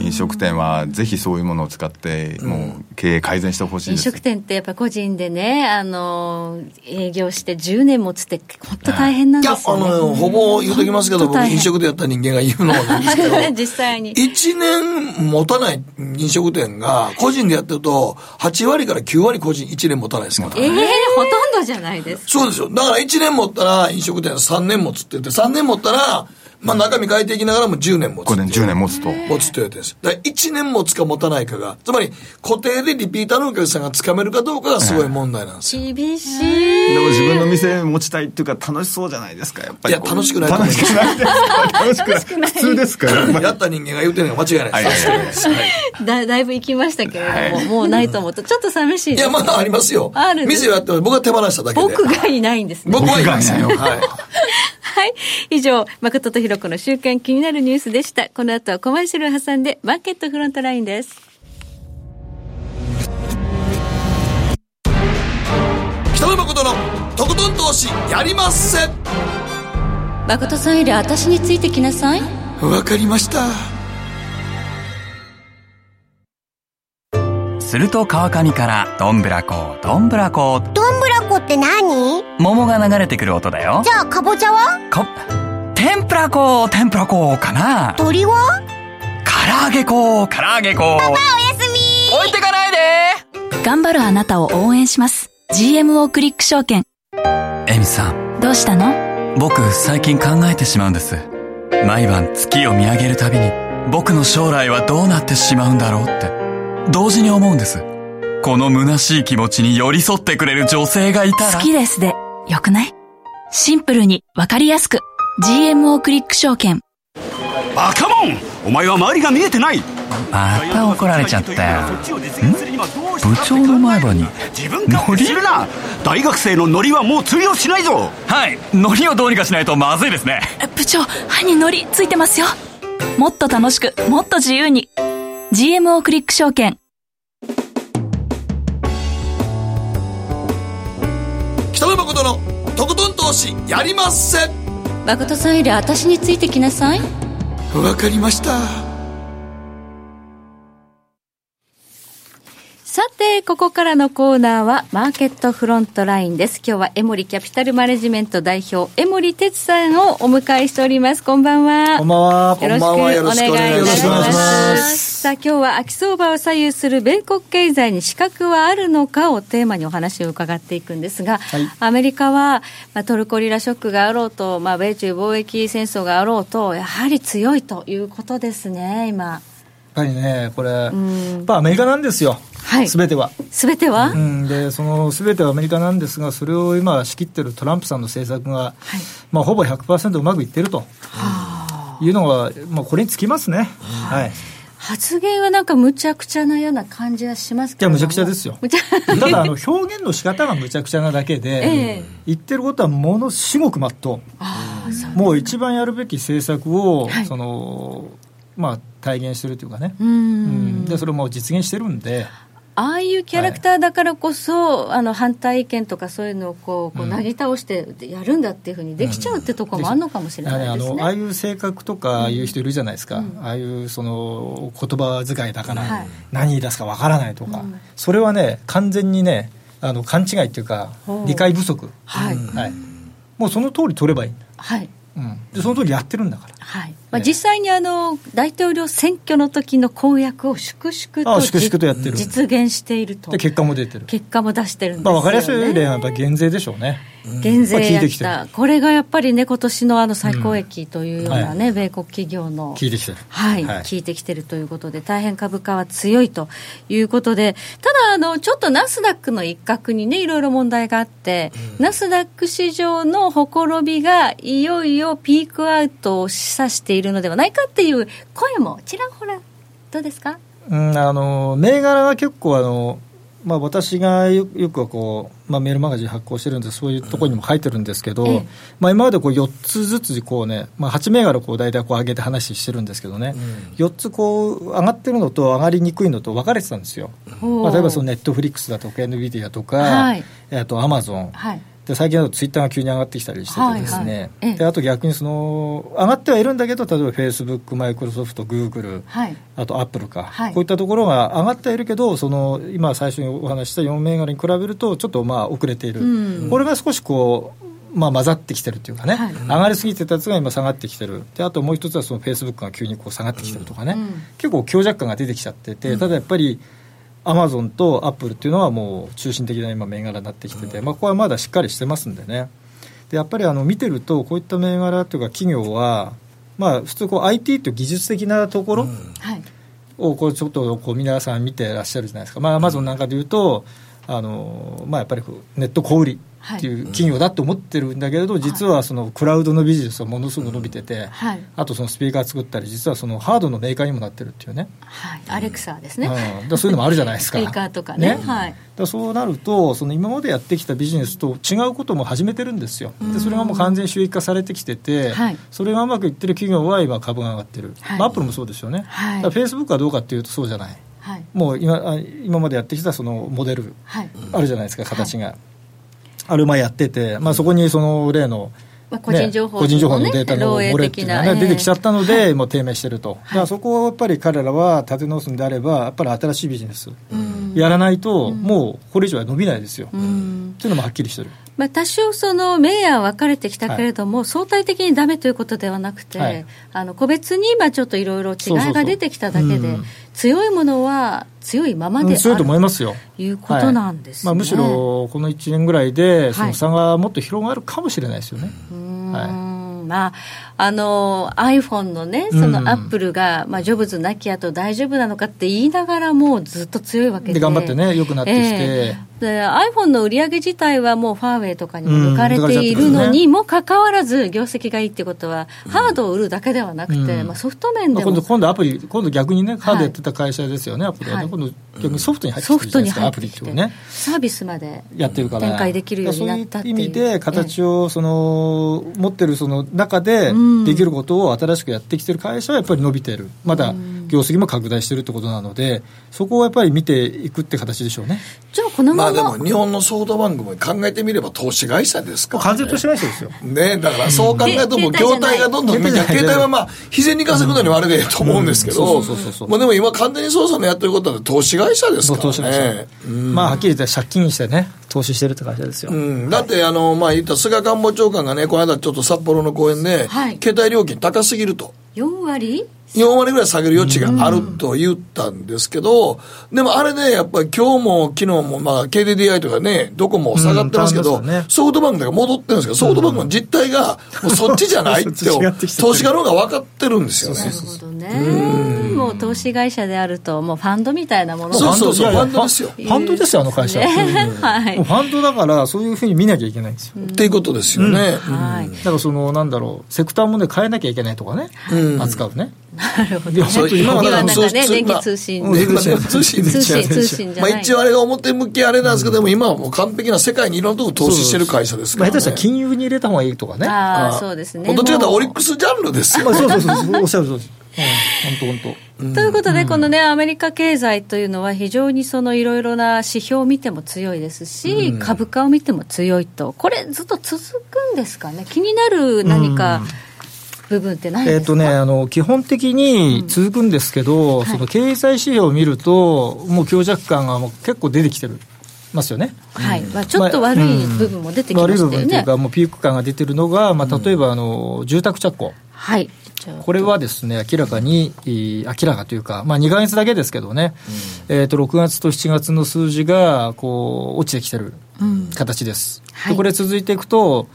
Speaker 4: 飲食店はぜひそういうものを使ってもう経営改善してほしい
Speaker 3: 飲
Speaker 4: です
Speaker 3: 食店ってやっぱ個人でね、あの、営業して10年持つって、本当大変な
Speaker 2: い
Speaker 3: んで
Speaker 2: や、
Speaker 3: す
Speaker 2: あ
Speaker 3: よ、ね。 <laughs>
Speaker 2: の、ほぼ言うときますけど、
Speaker 3: 本当
Speaker 2: 僕
Speaker 3: 大変
Speaker 2: 飲食店やった人間が言うのはなんです
Speaker 3: <laughs>
Speaker 2: けど、
Speaker 3: 実際に。
Speaker 2: 1年持たない飲食店が、個人でやってると、8割から9割個人1年持たないですから
Speaker 3: え。えほとんどじゃないですか。
Speaker 2: そうですよ。だから1年持ったら飲食店3年持つって言って、3年持ったら、まあ中身変えていきながらも10年持つ
Speaker 4: 5
Speaker 2: っていう。
Speaker 4: 年10年持つと
Speaker 2: 持つというやつです。だから1年持つか持たないかが、つまり固定でリピーターのお客さんがつかめるかどうかがすごい問題なんですよ。
Speaker 3: 厳しい。
Speaker 4: でも自分の店持ちたいっていうか楽しそうじゃないですかやっぱりこう
Speaker 2: いや楽しくないと思
Speaker 4: 楽
Speaker 2: いま
Speaker 4: し
Speaker 2: す
Speaker 4: くないですか楽しくない普通ですから
Speaker 2: やった人間が言うてるのが間違いないです。
Speaker 4: はいはいはい
Speaker 3: だだいぶ行きましたけれども、
Speaker 4: はい
Speaker 3: もうないと思うと、ちょっと寂しい
Speaker 2: い
Speaker 3: で
Speaker 2: や、
Speaker 3: す。
Speaker 2: まだありますよ
Speaker 3: ある。んです
Speaker 2: 店をやっても僕が手放しただけで。
Speaker 3: 僕がいないんですね。
Speaker 2: 僕はいますよ。
Speaker 4: 僕
Speaker 2: はい。
Speaker 3: はい。以上、誠とひろこの週間気になるニュースでした。この後はコマーシャルを挟んで、マーケットフロントラインです。
Speaker 2: 北野誠のとことん投資やりまっせ
Speaker 3: 誠さんより私についてきなさい。
Speaker 2: わかりました
Speaker 5: すると川上からどんぶらこどんぶらこ
Speaker 6: どんぶらこって何
Speaker 5: 桃が流れてくる音だよ
Speaker 6: じゃあかぼちゃは
Speaker 5: こ天ぷらこ天ぷらこかな唐
Speaker 6: 鳥は
Speaker 5: 揚げこ唐揚げこパパおやすみ置いてかないで
Speaker 7: 頑張るあなたを応援します。GMO クリック証券。
Speaker 5: エミさん
Speaker 7: どうしたの
Speaker 5: 僕最近考えてしまうんです毎晩月を見上げるたびに僕の将来はどうなってしまうんだろうって同時に思うんですこの虚しい気持ちに寄り添ってくれる女性がいたら
Speaker 7: 好きですで、よくないシンプルに、わかりやすく。GMO クリック証券。
Speaker 8: バカモンお前は周りが見えてない
Speaker 5: また怒られちゃったよ部
Speaker 8: 部
Speaker 5: 長の前歯に
Speaker 8: 自分勝手にするな大学生のノリはもう通用しないぞ
Speaker 5: はい海苔をどうにかしないとまずいですね
Speaker 7: え部長、歯にのりついてますよ。もっと楽しく、もっと自由に。GMO クリック証券。
Speaker 2: 北野誠のとことん投資やりまっせ
Speaker 3: 誠さんより私についてきなさい。
Speaker 2: わかりました
Speaker 3: さて、ここからのコーナーは、マーケットフロントラインです。今日は、江森キャピタルマネジメント代表、江森哲さんをお迎えしております。こんばんは。
Speaker 9: こんばんは。
Speaker 3: よろしくお
Speaker 2: こんばんはよろしくお
Speaker 3: 願
Speaker 2: 願
Speaker 3: い
Speaker 2: いい
Speaker 3: いた
Speaker 2: た
Speaker 3: し
Speaker 2: し
Speaker 3: ま
Speaker 2: ますす
Speaker 3: さあ今日は秋相場を左右する米国経済に資格はあるのかをテーマにお話を伺っていくんですが、アメリカは、まあ、トルコリラショックがあろうと、まあ、米中貿易戦争があろうとやはり強いということですね今
Speaker 9: やっぱりね、これ、や
Speaker 3: ん
Speaker 9: っぱアメリカなんですよ
Speaker 3: はい。
Speaker 9: すべ、ては。
Speaker 3: 全ては、
Speaker 9: うん、で、そのすべてはアメリカなんですが、それを今仕切ってるトランプさんの政策が、まあほぼ100%うまくいってると。いうのが、まあこれにつきますね。はい。
Speaker 3: 発言はなんかむちゃくちゃなような感じはしますけども
Speaker 9: いやむちゃくちゃですよ
Speaker 3: むちゃ <laughs>
Speaker 9: ただ、あの表現の仕方がむちゃくちゃなだけで、
Speaker 3: ええ
Speaker 9: 言ってることはものすごくまっと
Speaker 3: ああそう
Speaker 9: う。もう一番やるべき政策を、
Speaker 3: はい
Speaker 9: その、まあ体現してるというかね。
Speaker 3: うーん
Speaker 9: うんでそれもう実現してるんで、
Speaker 3: ああいうキャラクターだからこそ、あの反対意見とかそういうのをこうこうなぎ倒してやるんだっていうふうにできちゃうってとこもあるのかもしれ
Speaker 2: やはり
Speaker 3: な
Speaker 2: あ
Speaker 3: いです
Speaker 2: のああ
Speaker 3: ね。
Speaker 2: いう性格とかいう人いるじゃないですか、ああいうその言葉遣いだから、
Speaker 3: はい
Speaker 2: 何言い出すかわからないとか、それはね完全にねあの勘違いっていうか
Speaker 3: ほう
Speaker 2: 理解不足、
Speaker 3: はい
Speaker 2: はい、もうその通り取ればいいんだ、
Speaker 3: はい
Speaker 2: うん、でその通りやってるんだから
Speaker 3: はいまあ、実際にあの大統領選挙の時の公約を粛々
Speaker 2: あ
Speaker 3: と
Speaker 2: あ粛々とやってる
Speaker 3: 実現していると
Speaker 2: で結果も出てる、
Speaker 3: 結果も出してるんです
Speaker 2: ま
Speaker 3: よ、
Speaker 2: あ、分
Speaker 3: ね
Speaker 2: かりやすい例はやっぱ減税でしょうね、
Speaker 3: 減税
Speaker 2: やっぱ
Speaker 3: や
Speaker 2: 聞いて
Speaker 3: っ
Speaker 2: きて
Speaker 3: た
Speaker 2: る
Speaker 3: これがやっぱりね今年のあの最高益というようなね、米国企業の
Speaker 2: 聞いてきてる
Speaker 3: はい、
Speaker 2: はい
Speaker 3: 聞いてきてるということで、大変株価は強いということで、ただあの、ちょっとナスダックの一角にね、いろいろ問題があって、ナスダック市場のほころびがいよいよピークアウトを示唆しているのではないかっていう声もちらほら、どうですか
Speaker 2: うん、あの銘柄は結構あの、まあ、私がよよくはこう、まあ、メールマガジン発行してるんでそういうところにも書いてるんですけど、
Speaker 3: ええ
Speaker 2: まあ、今までこう4つずつこう、ねまあ、8銘柄こう大体こう上げて話してるんですけどね、4つこう上がってるのと上がりにくいのと分かれてたんですよ、まあ、例えばそのネットフリックスだとか NVIDIA とか、
Speaker 3: はい
Speaker 2: えーあとアマゾン
Speaker 3: はい。
Speaker 2: で最近だとツイッターが急に上がってきたりしててです
Speaker 3: はいはい
Speaker 2: ね、
Speaker 3: ええ
Speaker 2: であと逆にその上がってはいるんだけど例えばフェイスブックマイクロソフトグーグル
Speaker 3: はい。
Speaker 2: あとアップルか、
Speaker 3: はい
Speaker 2: こういったところが上がってはいるけど、その今、最初にお話しした4銘柄に比べると、ちょっとまあ遅れている、
Speaker 3: うん
Speaker 2: これが少しこう、まあ、混ざってきてるというかね、
Speaker 3: はい
Speaker 2: 上がりすぎてたやつが今、下がってきてる、であともう一つはそのフェイスブックが急にこう下がってきてるとかね、
Speaker 3: うん
Speaker 2: 結構強弱感が出てきちゃってて、ただやっぱり、アマゾンとアップルっていうのはもう中心的な今、銘柄になってきてて、まあ、ここはまだしっかりしてますんでね。でやっぱりあの見てるとこういった銘柄というか企業は、まあ、普通こう IT という技術的なところ、
Speaker 3: はい。
Speaker 2: をこうちょっとこう皆さん見てらっしゃるじゃないですか、まあ、アマゾンなんかでいうと、あのまあ、やっぱりこうネット小売りっていう企業だと思ってるんだけれど、実はそのクラウドのビジネスはものすごく伸びてて、
Speaker 3: はい。
Speaker 2: あとそのスピーカー作ったり、実はそのハードのメーカーにもなってるっていうね、
Speaker 3: はい。アレクサです
Speaker 2: うん、
Speaker 3: ね。
Speaker 2: だからそういうのもあるじゃないです
Speaker 3: <laughs> ス
Speaker 2: か。
Speaker 3: ピーカーとかね。
Speaker 2: ね
Speaker 3: はい。
Speaker 2: だからそうなるとその今までやってきたビジネスと違うことも始めてるんですよでそれがもう完全に収益化されてきてて、
Speaker 3: はい
Speaker 2: それがうまくいってる企業は今株が上がってる、
Speaker 3: はい
Speaker 2: まあアップルもそうですよね、
Speaker 3: はい
Speaker 2: フェイスブックはどうかっていうとそうじゃない
Speaker 3: はい。
Speaker 2: もう今あ今までやってきたそのモデル
Speaker 3: はい。
Speaker 2: あるじゃないですか形が、あれ前やってて、まあ、そこにその例の、
Speaker 3: まあ個人情報
Speaker 2: ね個人情報の
Speaker 3: ね
Speaker 2: データの
Speaker 3: 漏
Speaker 2: 漏れって
Speaker 3: 洩
Speaker 2: い
Speaker 3: 的
Speaker 2: うの
Speaker 3: な
Speaker 2: が、ね出てきちゃったので、もう低迷してると、だからそこをやっぱり彼らは立て直すんであればやっぱり新しいビジネスやらないと、もうこれ以上は伸びないですよ、
Speaker 3: うん
Speaker 2: っていうのもはっきりしてる、
Speaker 3: まあ、多少そのメイヤーは分かれてきたけれども、相対的にダメということではなくて、
Speaker 2: はい
Speaker 3: あの個別に今ちょっといろいろ
Speaker 2: そうそう
Speaker 3: 違
Speaker 2: そ
Speaker 3: いうが出てきただけで
Speaker 2: うん
Speaker 3: 強いものは強いまま
Speaker 2: う
Speaker 3: で
Speaker 2: ん、そうい
Speaker 3: あ
Speaker 2: うと
Speaker 3: る
Speaker 2: 思いますよ
Speaker 3: ということなんですね、
Speaker 2: まあ、むしろこの1年ぐらいでそ
Speaker 3: は
Speaker 2: の
Speaker 3: い
Speaker 2: 差がもっと広がるかもしれないですよね、
Speaker 3: うん
Speaker 2: はい
Speaker 3: まあ、あの iPhone のねそ
Speaker 2: うん
Speaker 3: のアップルが、まあ、ジョブズなき後大丈夫なのかって言いながらもうずっと強いわけで
Speaker 2: で頑張ってね良くなってきて、
Speaker 3: ええで iPhone の売り上げ自体はもうファーウェイとかにも抜かれているのにもかかわらず業績がいいってことは、ハードを売るだけではなくて、
Speaker 2: うん
Speaker 3: まあ、ソフト面
Speaker 2: ま
Speaker 3: で
Speaker 2: あ今
Speaker 3: も
Speaker 2: 度今度アプリ、今度逆にね、ハー
Speaker 3: はい
Speaker 2: ドやってた会社ですよね、アプリはね、
Speaker 3: はい
Speaker 2: 今度逆にソフトに入って
Speaker 3: ソ
Speaker 2: きて
Speaker 3: フ
Speaker 2: るじ
Speaker 3: ト
Speaker 2: ゃないですか、
Speaker 3: に入
Speaker 2: ア
Speaker 3: っ
Speaker 2: プ
Speaker 3: て
Speaker 2: リっ
Speaker 3: き
Speaker 2: てい
Speaker 3: て、
Speaker 2: うね、
Speaker 3: サービスまで
Speaker 2: やってるから、
Speaker 3: 展開できるようになったってい
Speaker 2: だからそうい
Speaker 3: う
Speaker 2: う意味で、形をその、持ってるその中で
Speaker 3: うん、
Speaker 2: できることを新しくやってきてる会社はやっぱり伸びてる、まだ業績も拡大してるってことなので、そこをやっぱり見ていくって形でしょうね。
Speaker 3: じゃあこの
Speaker 10: ま
Speaker 3: ま
Speaker 10: あで
Speaker 3: ま、
Speaker 10: も日本のソフトバンクも考えてみれば投資会社ですから、ね。
Speaker 2: 完全としてない人ですよ。
Speaker 10: ね、だからそう考えるともう
Speaker 3: け携
Speaker 10: 業
Speaker 3: 帯じゃない
Speaker 10: 態がどんどん
Speaker 2: 携帯じゃない
Speaker 10: 携帯はまあ日銭に稼ぐのに悪いと思うんですけど、
Speaker 2: うんそうそうそうそう
Speaker 10: もうでも今完全に捜査のやってることは投資会社ですか
Speaker 2: 投資
Speaker 10: ら
Speaker 2: 会社
Speaker 10: ね。
Speaker 2: まあ、はっきり言って借金してね、投資してるって会社ですよ。
Speaker 10: うん、だって、あの、まあ、言った菅官房長官がね、この間ちょっと札幌の公演で、
Speaker 3: はい
Speaker 10: 携帯料金高すぎると。
Speaker 3: 4割
Speaker 10: 4割ぐらい下げる余地があると言ったんですけど、でもあれね、やっぱり今日も昨日も、まあ、KDDI とかね、どこも下がってますけ
Speaker 2: う
Speaker 10: ど、
Speaker 2: ん変わりましたね
Speaker 10: ソフトバンクが戻ってるんですけど、ソフトバンクの実態が、もうそっちじゃない
Speaker 2: <laughs>
Speaker 10: って
Speaker 2: そっち違ってきちゃってる
Speaker 10: 投資家の方が分かってるんですよね。
Speaker 3: なるほどねもう投資会社であるともうファンドみたいなものが
Speaker 10: そうそうそう
Speaker 2: いやいや
Speaker 10: ファンドですよ
Speaker 2: ファンドですよ、あの会社。
Speaker 3: ね
Speaker 2: うん
Speaker 3: <laughs> はい
Speaker 2: もうファンドだから、そういうふうに見なきゃいけないんですよ。
Speaker 10: っていうことですよね。
Speaker 3: はい
Speaker 2: だからその、なんだろう、セクターもね、変えなきゃいけないとかね、
Speaker 10: うん
Speaker 2: 扱うね。
Speaker 3: なるほど
Speaker 2: いや本当に今
Speaker 3: 今
Speaker 2: はだから
Speaker 3: なんかね
Speaker 10: そう
Speaker 3: 電
Speaker 10: ま
Speaker 3: 気
Speaker 10: あ
Speaker 3: 通信
Speaker 10: うん今ね通信
Speaker 3: 通信通信じゃ
Speaker 10: ま
Speaker 3: な
Speaker 10: あ
Speaker 3: い、
Speaker 10: 一応あれが表向きあれなんですけど、でも今はもう完璧な世界にいろんなとこ投資してる会社ですか
Speaker 2: まあ、
Speaker 10: ら、
Speaker 2: 下
Speaker 10: ね。
Speaker 2: 手したら金融に入れた方がいいとかね。
Speaker 3: ああ
Speaker 10: あ
Speaker 3: そうですね
Speaker 10: どっちかというと
Speaker 3: もう
Speaker 10: オリックスジャンルですよ
Speaker 2: まあ、。そうそうそうそう、おっしゃる通り。本当本当。
Speaker 3: ということで、このね、アメリカ経済というのは、非常にそのいろいろな指標を見ても強いですし、株価を見ても強いと、これ、ずっと続くんですかね、気になる何か部分ってないん
Speaker 2: え
Speaker 3: で
Speaker 2: っ
Speaker 3: すか、
Speaker 2: とね、あの基本的に続くんですけど、その経済指標を見ると、もう強弱感がもう結構出てきてるますよね。
Speaker 3: はいまあ、ちょっと悪い部分も出てきま
Speaker 2: 悪い部
Speaker 3: したよ
Speaker 2: 分とい
Speaker 3: ね
Speaker 2: う。か、もうピーク感が出てるのが、まあ、例えばあの住宅着工、
Speaker 3: はい、じゃあ
Speaker 2: これはですね明らかに、えー明らかというか、まあ、2か月だけですけどね、えー、と6月と7月の数字がこう落ちてきてる形です。
Speaker 3: はい
Speaker 2: でこれ続いていくと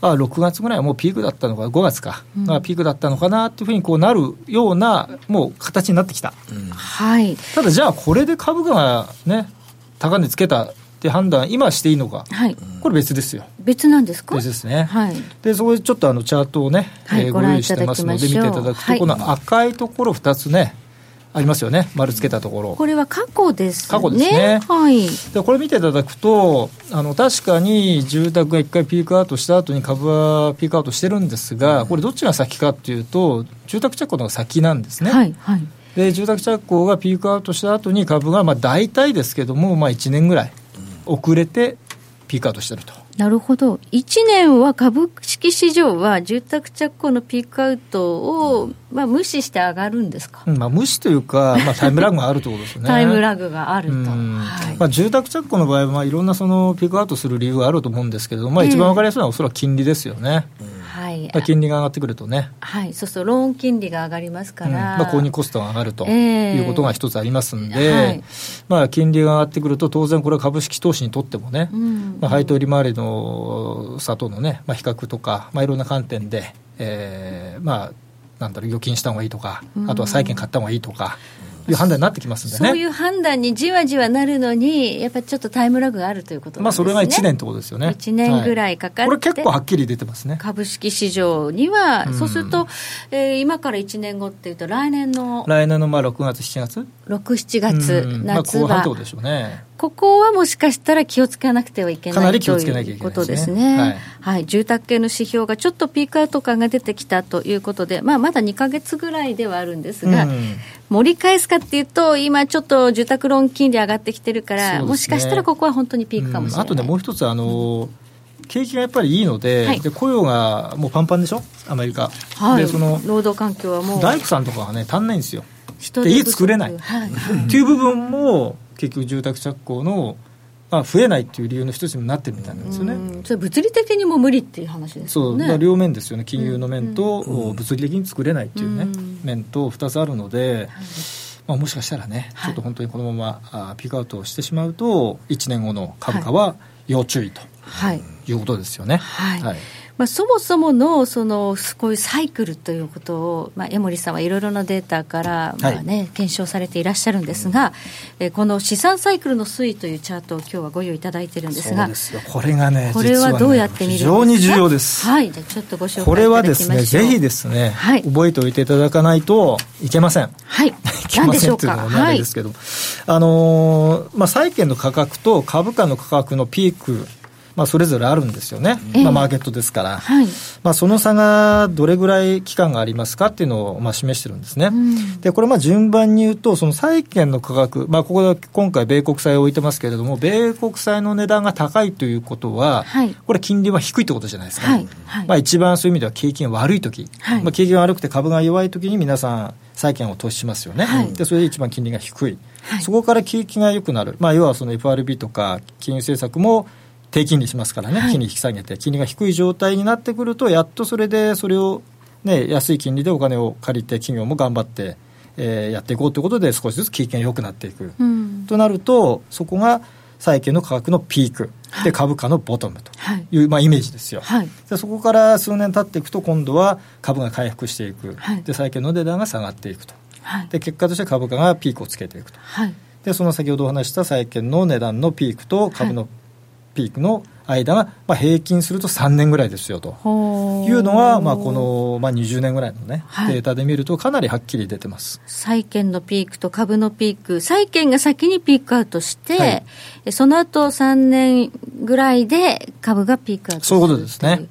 Speaker 2: あ6月ぐらいはもうピークだったのか5月か、がピークだったのかなっていうふうにこうなるようなもう形になってきた、
Speaker 3: はい、
Speaker 2: ただじゃあこれで株価がね高値つけたって判断今していいのか、
Speaker 3: はい、
Speaker 2: これ別ですよ
Speaker 3: 別なんですか
Speaker 2: 別ですね、
Speaker 3: はい
Speaker 2: でそこでちょっとあのチャートをね、
Speaker 3: はい
Speaker 2: えー
Speaker 3: ご
Speaker 2: ご
Speaker 3: 覧
Speaker 2: 用
Speaker 3: い
Speaker 2: 意
Speaker 3: た
Speaker 2: し
Speaker 3: だ
Speaker 2: て
Speaker 3: き
Speaker 2: ま
Speaker 3: ましょ
Speaker 2: す
Speaker 3: う
Speaker 2: ので見ていただくと、
Speaker 3: はい
Speaker 2: この赤いところ2つねありますよね丸つけたところ
Speaker 3: これは過去ですね。
Speaker 2: 過去ですね
Speaker 3: はい。
Speaker 2: でこれ見ていただくとあの確かに住宅が1回ピークアウトした後に株はピークアウトしてるんですがこれどっちが先かっていうと住宅着工の方が先なんですね、
Speaker 3: はい。はい。
Speaker 2: で住宅着工がピークアウトした後に株がまあ大体ですけども、まあ、1年ぐらい遅れてピークアウトしてると。
Speaker 3: なるほど。1年は株式市場は住宅着工のピークアウトを、まあ、無視して上がるんですか、
Speaker 2: うんまあ、無視というか、まあ、タイムラグがあるということですね。
Speaker 3: <laughs> タイムラグがあると。
Speaker 2: うん
Speaker 3: はい。
Speaker 2: まあ、住宅着工の場合は、まあ、いろんなそのピークアウトする理由があると思うんですけれども、まあ、
Speaker 3: ええ
Speaker 2: 一番わかりやすいのはおそらく金利ですよね、
Speaker 3: はい。
Speaker 2: まあ、金利が上がってくるとね、
Speaker 3: はい。そうそう、ローン金利が上がりますか
Speaker 2: うん
Speaker 3: ら。
Speaker 2: まあ、購入コストが上がると
Speaker 3: ええ
Speaker 2: いうことが一つありますんで、
Speaker 3: はい
Speaker 2: まあ、金利が上がってくると、当然これは株式投資にとってもね、
Speaker 3: ん
Speaker 2: まあ、配当利回りの差との、ねまあ、比較とか、まあ、いろんな観点で、えーまあ、なんだろう、預金した方がいいとか、あとは債券買った方がいいとか、いう判断になってきますんでね。
Speaker 3: そういう判断にじわじわなるのに、やっぱりちょっとタイムラグがあるということな
Speaker 2: ま
Speaker 3: ん
Speaker 2: あ、
Speaker 3: ですね。
Speaker 2: それが1年ってことですよね。
Speaker 3: 一年ぐらいかかって
Speaker 2: はこれ結構はっきり出てますね。
Speaker 3: 株式市場には、そうすると、えー今から1年後っていうと、来年の
Speaker 2: 来年のまあ6月、7月、
Speaker 3: 6、7月、
Speaker 2: うんまあ、
Speaker 3: 夏
Speaker 2: 後
Speaker 3: 場、
Speaker 2: 半ってことでしょうね。
Speaker 3: ここはもしかしたら気をつけなくてはいけない
Speaker 2: かなり気
Speaker 3: と
Speaker 2: をつけなき
Speaker 3: い
Speaker 2: ゃいうけな
Speaker 3: こ
Speaker 2: いですね
Speaker 3: とですね、は
Speaker 2: はいい
Speaker 3: 住宅系の指標がちょっとピークアウト感が出てきたということで、まあ、まだ2か月ぐらいではあるんですが、
Speaker 2: うん
Speaker 3: 盛り返すかっていうと、今、ちょっと住宅ローン金利上がってきてるか
Speaker 2: そ
Speaker 3: ら、
Speaker 2: うですね
Speaker 3: もしかしたらここは本当にピークかもしれ
Speaker 2: うん
Speaker 3: ない。
Speaker 2: あとね、もう一つ、あの景気がやっぱりいいので,、
Speaker 3: はい
Speaker 2: で、雇用がもうパンパンでしょ、アメリカ。
Speaker 3: はい、
Speaker 2: でその
Speaker 3: 労働環境はもう
Speaker 2: 大工さんとかはね、足んないんですよ。
Speaker 3: 人
Speaker 2: で
Speaker 3: 手
Speaker 2: 家
Speaker 3: 不足
Speaker 2: 作れない
Speaker 3: はい
Speaker 2: っていう部分も、結局、住宅着工の、まあ、増えないっていう理由の一つにもなってるみたいなんですよね。
Speaker 3: うんそれ物理的にも無理っていう話です
Speaker 2: そ
Speaker 3: よ
Speaker 2: う、
Speaker 3: ね。
Speaker 2: まあ両面ですよね金融の面と、物理的に作れないっていうね、
Speaker 3: うん
Speaker 2: 面と2つあるので、まあ、もしかしたらね、ちょっと本当にこのままあーピークアウトをしてしまうと1年後の株価は要注意と
Speaker 3: はい。
Speaker 2: いうことですよね。
Speaker 3: はいまあ、そもそものそのこういうサイクルということを、まあ、江守さんはいろいろなデータから、まあね検証されていらっしゃるんですが、えーこの資産サイクルの推移というチャートを今日はご用意いただいてるんです
Speaker 2: そう
Speaker 3: が
Speaker 2: ですよこれがね
Speaker 3: これは
Speaker 2: 実ね
Speaker 3: どうやって見るんですか
Speaker 2: 非常に重要です、
Speaker 3: はいじゃあちょっとご紹介いただきましょう
Speaker 2: これはですねぜひですね、
Speaker 3: はい
Speaker 2: 覚えておいていただかないといけません <laughs>
Speaker 3: はい
Speaker 2: いけ
Speaker 3: 何
Speaker 2: ま
Speaker 3: でし
Speaker 2: せ
Speaker 3: ょ
Speaker 2: ん
Speaker 3: う
Speaker 2: っていう
Speaker 3: か
Speaker 2: のもあ
Speaker 3: は
Speaker 2: れ
Speaker 3: い
Speaker 2: ですけど、あのーまあ、債券の価格と株価の価格のピーク、まあ、それぞれあるんですよね、
Speaker 3: ええ
Speaker 2: まあ、マーケットですから、
Speaker 3: はい
Speaker 2: まあ、その差がどれぐらい期間がありますかっていうのをまあ示してるんですね、でこれまあ順番に言うと、その債券の価格、まあ、ここで今回、米国債を置いてますけれども、米国債の値段が高いということは、
Speaker 3: はい
Speaker 2: これ、金利は低いってことじゃないですか。
Speaker 3: はいはい
Speaker 2: まあ、一番そういう意味では景気が悪い時、
Speaker 3: はい
Speaker 2: まあ、景気が悪くて株が弱い時に皆さん債券を投資しますよね、
Speaker 3: はい
Speaker 2: でそれで一番金利が低い、
Speaker 3: はい
Speaker 2: そこから景気が良くなる、まあ、要はその FRB とか金融政策も低金利しますからね、
Speaker 3: はい
Speaker 2: 金利引き下げて金利が低い状態になってくるとやっとそれでそれを、ね、安い金利でお金を借りて企業も頑張って、えーやっていこうということで少しずつ景気が良くなっていく、
Speaker 3: うん
Speaker 2: となるとそこが債券の価格のピークで株価のボトムと
Speaker 3: はい
Speaker 2: いう、まあ、イメージですよ。
Speaker 3: はい
Speaker 2: でそこから数年経っていくと今度は株が回復していく、
Speaker 3: はい
Speaker 2: で債券の値段が下がっていくと
Speaker 3: はい
Speaker 2: で結果として株価がピークをつけていくと
Speaker 3: はい
Speaker 2: でその先ほどお話しした債券の値段のピークと株のピークの間が、まあ、平均すると3年ぐらいですよと
Speaker 3: ほー
Speaker 2: いうのは、まあ、この、まあ、20年ぐらいの、ね
Speaker 3: はい
Speaker 2: データで見るとかなりはっきり出てます。
Speaker 3: 債券のピークと株のピーク、債券が先にピークアウトして、
Speaker 2: はい
Speaker 3: えその後3年ぐらいで株がピークアウト
Speaker 2: そういうことですね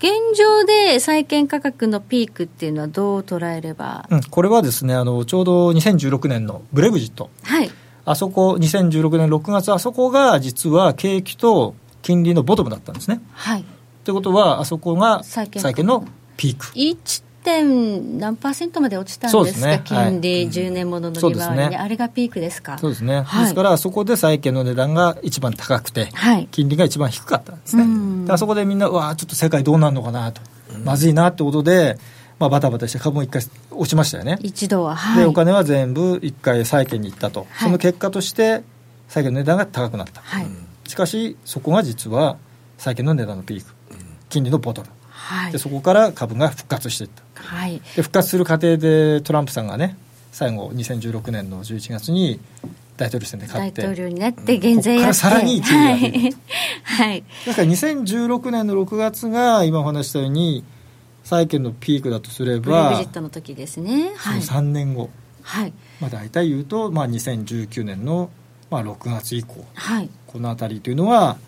Speaker 3: という現状で債券価格のピークっていうのはどう捉えれば、
Speaker 2: うん、これはですねあのちょうど2016年のブレグジット
Speaker 3: はい
Speaker 2: あそこ2016年6月あそこが実は景気と金利のボトムだったんですね
Speaker 3: はい
Speaker 2: ということはあそこが
Speaker 3: 債
Speaker 2: 債券
Speaker 3: 券価格
Speaker 2: のピーク
Speaker 3: 1. 点何パーセントまで落ちた
Speaker 2: そ
Speaker 3: ん
Speaker 2: う
Speaker 3: で
Speaker 2: ですす
Speaker 3: か
Speaker 2: ねはい
Speaker 3: 金利、10年ものの
Speaker 2: そう
Speaker 3: 利
Speaker 2: です
Speaker 3: 回
Speaker 2: ね
Speaker 3: りねあれがピークですか
Speaker 2: そうですね、
Speaker 3: はい
Speaker 2: ですからそこで債券の値段が一番高くて、
Speaker 3: はい
Speaker 2: 金利が一番低かったんですね、
Speaker 3: うん
Speaker 2: であそこでみんなうわーちょっと世界どうなるのかなと、まずいなってことで、まあ、バタバタして株も一回落ちましたよね、
Speaker 3: 一度はは
Speaker 2: で
Speaker 3: い
Speaker 2: お金は全部一回債券に行ったと、
Speaker 3: はい
Speaker 2: その結果として債券の値段が高くなった、
Speaker 3: はい、
Speaker 2: しかしそこが実は債券の値段のピーク、金利のボトム
Speaker 3: はい
Speaker 2: でそこから株が復活していった
Speaker 3: はい
Speaker 2: で復活する過程でトランプさんがね最後2016年の11月に大統領選で勝
Speaker 3: 大
Speaker 2: って
Speaker 3: 統領になって減税やって
Speaker 2: こっからさらに勢い
Speaker 3: は
Speaker 2: が出る
Speaker 3: い、はい、
Speaker 2: だから2016年の6月が今お話ししたように債券のピークだとすれ
Speaker 3: ブレグ
Speaker 2: ば
Speaker 3: ジットの時ですね
Speaker 2: そ
Speaker 3: は
Speaker 2: の
Speaker 3: い、
Speaker 2: 3年後、
Speaker 3: はい
Speaker 2: まあ、大体言うと、まあ、2019年の、まあ、6月以降
Speaker 3: はい、
Speaker 2: この辺りというのは、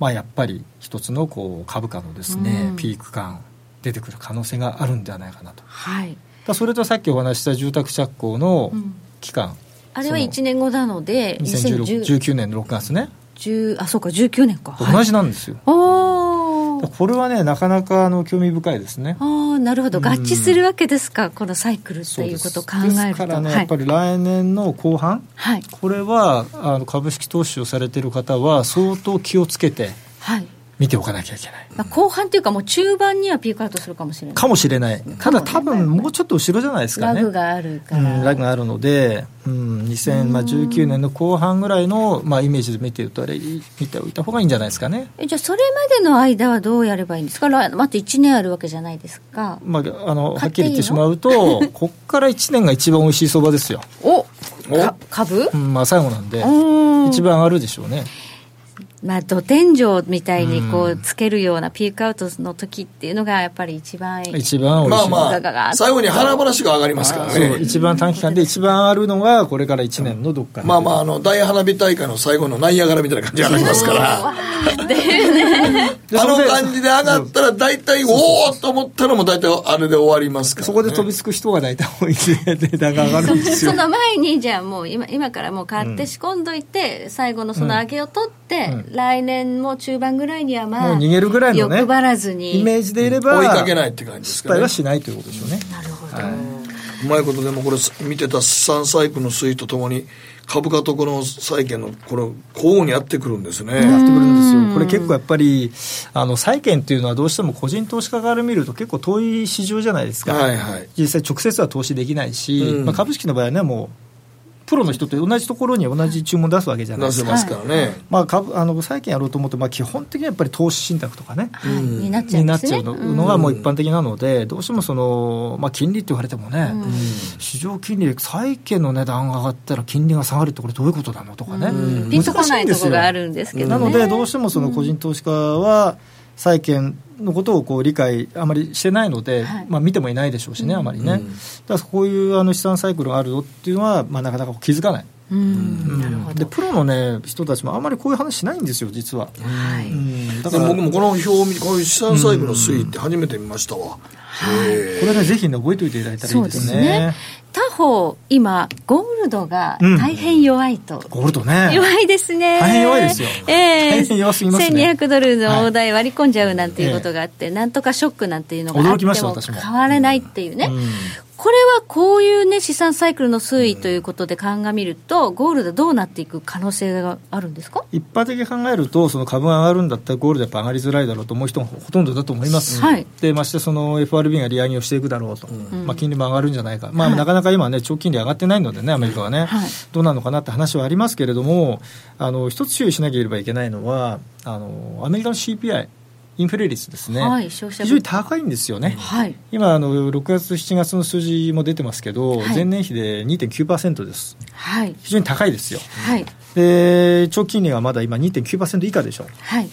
Speaker 2: まあ、やっぱり一つのこう株価のですね、
Speaker 3: うん
Speaker 2: ピーク感出てくる可能性があるんではないかなとだか
Speaker 3: はい
Speaker 2: らそれとさっきお話しした住宅着工の
Speaker 3: うん
Speaker 2: 期間、
Speaker 3: あれは1年後なので2010
Speaker 2: 2019年の6月ね、
Speaker 3: 10あそうか19年か、はい、
Speaker 2: 同じなんですよ
Speaker 3: お
Speaker 2: だか
Speaker 3: ー
Speaker 2: らこれはねなかなかあの興味深いですね
Speaker 3: あーなるほど
Speaker 2: うん
Speaker 3: 合致するわけですか、このサイクルと
Speaker 2: そう
Speaker 3: い
Speaker 2: で
Speaker 3: う
Speaker 2: す
Speaker 3: ことを考
Speaker 2: で
Speaker 3: える
Speaker 2: すか
Speaker 3: と
Speaker 2: らね、
Speaker 3: は
Speaker 2: やっ
Speaker 3: い
Speaker 2: ぱ、り来年の後半
Speaker 3: はい
Speaker 2: これはあの株式投資をされてる方は相当気をつけて
Speaker 3: はい
Speaker 2: 見ておかなきゃいけない
Speaker 3: まあ、後半というかもう中盤にはピークアウトするかもしれない
Speaker 2: かもしれないただ多分もうちょっと後ろじゃないですか
Speaker 3: ラ
Speaker 2: ね
Speaker 3: グがある
Speaker 2: う
Speaker 3: から、
Speaker 2: ん、ラグがあるので、うん、2019年の後半ぐらいの、まあ、イメージで見ておいたらいい見ておいた方がいいんじゃないですかね、
Speaker 3: えじゃあそれまでの間はどうやればいいんですか来あと1年あるわけじゃないですか
Speaker 2: まあ、あのは
Speaker 3: 買
Speaker 2: っ
Speaker 3: っ
Speaker 2: き
Speaker 3: てい
Speaker 2: り言っ
Speaker 3: いの
Speaker 2: てしまうと
Speaker 3: <laughs>
Speaker 2: こっから1年が一番おいしい相場ですよ、
Speaker 3: おか株
Speaker 2: うんまあ、最後なんで
Speaker 3: うん
Speaker 2: 一番上がるでしょうね
Speaker 3: まあ、土天井みたいにこうつけるようなピークアウトの時っていうのがやっぱり一番
Speaker 2: 一番おい
Speaker 10: ま
Speaker 2: し
Speaker 10: あ
Speaker 2: い、
Speaker 10: ま
Speaker 3: ガガガ
Speaker 10: あ最後に腹話が上がりますから
Speaker 2: そう
Speaker 10: ね
Speaker 2: 一番短期間で一番上がるのがこれから1年のどっか
Speaker 10: まあまああの大花火大会の最後のナイアガラみたいな感じになりますからあ
Speaker 2: でそ
Speaker 10: の
Speaker 2: れで
Speaker 10: 感じで上がったら大体おおと思ったらもう大体あれで終わりますから
Speaker 2: そ
Speaker 10: ね
Speaker 2: こで飛びつく人が大体多いんで値 <laughs> 段が上がるんです
Speaker 3: そ
Speaker 2: よ
Speaker 3: の前にじゃあもう今今からもう買って仕込んどいて、最後のその上げを取って、来年も中盤ぐらいにはまあ
Speaker 2: もう逃げるぐらいのね
Speaker 3: 欲張らずに
Speaker 2: イメージでいれば
Speaker 10: 追いかけないって感じです
Speaker 2: 失
Speaker 10: か
Speaker 2: 敗
Speaker 10: ね
Speaker 2: はしないということでしょうね
Speaker 10: うまいことでもこれ見てた3サイクルの推移とともに株価とこの債券のこれ交互にやってくるんですね
Speaker 2: やってくるんですよこれ結構やっぱりあの債券っていうのはどうしても個人投資家から見ると結構遠い市場じゃないですか、
Speaker 10: はいはい
Speaker 2: 実際直接は投資できないし、
Speaker 10: うん
Speaker 2: まあ、株式の場合はねもうプロの人と同じところに同じ注文出すわけじゃないです
Speaker 10: 出せ
Speaker 2: か、
Speaker 10: ますからね、
Speaker 2: まあ、株あの債券やろうと思って、まあ、基本的にはやっぱり投資信託とかね、
Speaker 3: はいになっちゃう
Speaker 2: に
Speaker 3: ん
Speaker 2: な
Speaker 3: で
Speaker 2: っ
Speaker 3: す
Speaker 2: ちゃ
Speaker 3: ね
Speaker 2: うののがもう一般的なので、どうしてもその、まあ、金利って言われてもね、市場金利で債券の値段が上がったら金利が下がるってこれどういうことなのとかね、
Speaker 3: うんピンとこないところがあるんですけどね
Speaker 2: なのでどうしてもその個人投資家は債券のことをこう理解あまりしてないので、
Speaker 3: はい
Speaker 2: まあ、見てもいないでしょうしね、あまりね、だからこういうあの資産サイクルがあるよっていうのは、まあ、なかなか気づかない、
Speaker 3: うんなるほ
Speaker 2: で
Speaker 3: ど、
Speaker 2: プロの、ね、人たちもあんまりこういう話しないんですよ実は、
Speaker 3: はい
Speaker 2: うんだ
Speaker 10: だ
Speaker 2: か
Speaker 10: からら
Speaker 2: 僕
Speaker 10: 僕
Speaker 2: も
Speaker 10: もこの表を見こういう資産サイクルの推移って初めて見ましたわ、
Speaker 2: これねぜひね覚えておいていただいたらいいですね
Speaker 3: そうですね他方今ゴールドが
Speaker 2: うん
Speaker 3: 大変弱いと、
Speaker 2: ゴールドね
Speaker 3: <laughs> 弱いですね。
Speaker 2: 大変弱いですよ
Speaker 3: ええ
Speaker 2: 大変弱すぎますね
Speaker 3: 1200ドルの大台割り込んじゃうなんていうことがあって、なんとかショックなんていうのがあ
Speaker 2: 驚
Speaker 3: って
Speaker 2: きました
Speaker 3: も
Speaker 2: 私も
Speaker 3: 変わらないっていうね。
Speaker 2: うん
Speaker 3: これはこういうね、資産サイクルの推移ということで鑑みると、ゴールドどうなっていく可能性があるんですか
Speaker 2: 一般的に考えるとその株が上がるんだったらゴールドやっぱ上がりづらいだろうと思う人もほとんどだと思います、
Speaker 3: はい
Speaker 2: でましてその FRB が利上げをしていくだろうと、まあ、金利も上がるんじゃないか、まあ、なかなか今ね長期金利上がってないのでねアメリカはね、
Speaker 3: はい
Speaker 2: どうなのかなって話はありますけれどもあの一つ注意しなければいけないのはあのアメリカの CPI インフレ率ですね、
Speaker 3: はい消費者
Speaker 2: 非常に高いんですよね、
Speaker 3: はい。
Speaker 2: 今あの6月7月の数字も出てますけど、
Speaker 3: はい
Speaker 2: 前年比で2.9%です
Speaker 3: はい。
Speaker 2: 非常に高いですよ
Speaker 3: はい。
Speaker 2: で長期金利はまだ今2.9%以下でしょ
Speaker 3: はい。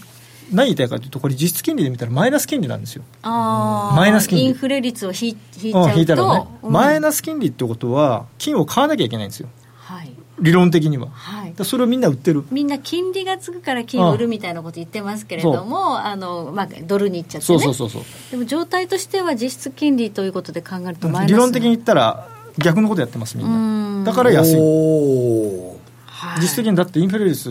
Speaker 2: 何言いたいかというとこれ実質金利で見たらマイナス金利なんですよ
Speaker 3: あー
Speaker 2: マイナス金利
Speaker 3: インフレ率をひ引いち
Speaker 2: うん
Speaker 3: ゃ
Speaker 2: 引
Speaker 3: う
Speaker 2: いたらね
Speaker 3: と、うん
Speaker 2: マイナス金利ってことは金を買わなきゃいけないんですよ
Speaker 3: はい。
Speaker 2: 理論的には、
Speaker 3: はい
Speaker 2: でそれをみんな売ってる
Speaker 3: みんな金利がつくから金を売るみたいなこと言ってますけれども、あのまあ、ドルに行っちゃって
Speaker 2: そ
Speaker 3: ね
Speaker 2: うそうそうそう
Speaker 3: でも状態としては実質金利ということで考えるとマイナス
Speaker 2: 理論的に言ったら逆のことやってますみん
Speaker 3: うん
Speaker 2: なだから安い
Speaker 10: おー
Speaker 3: はい
Speaker 2: 実質的にだってインフレ率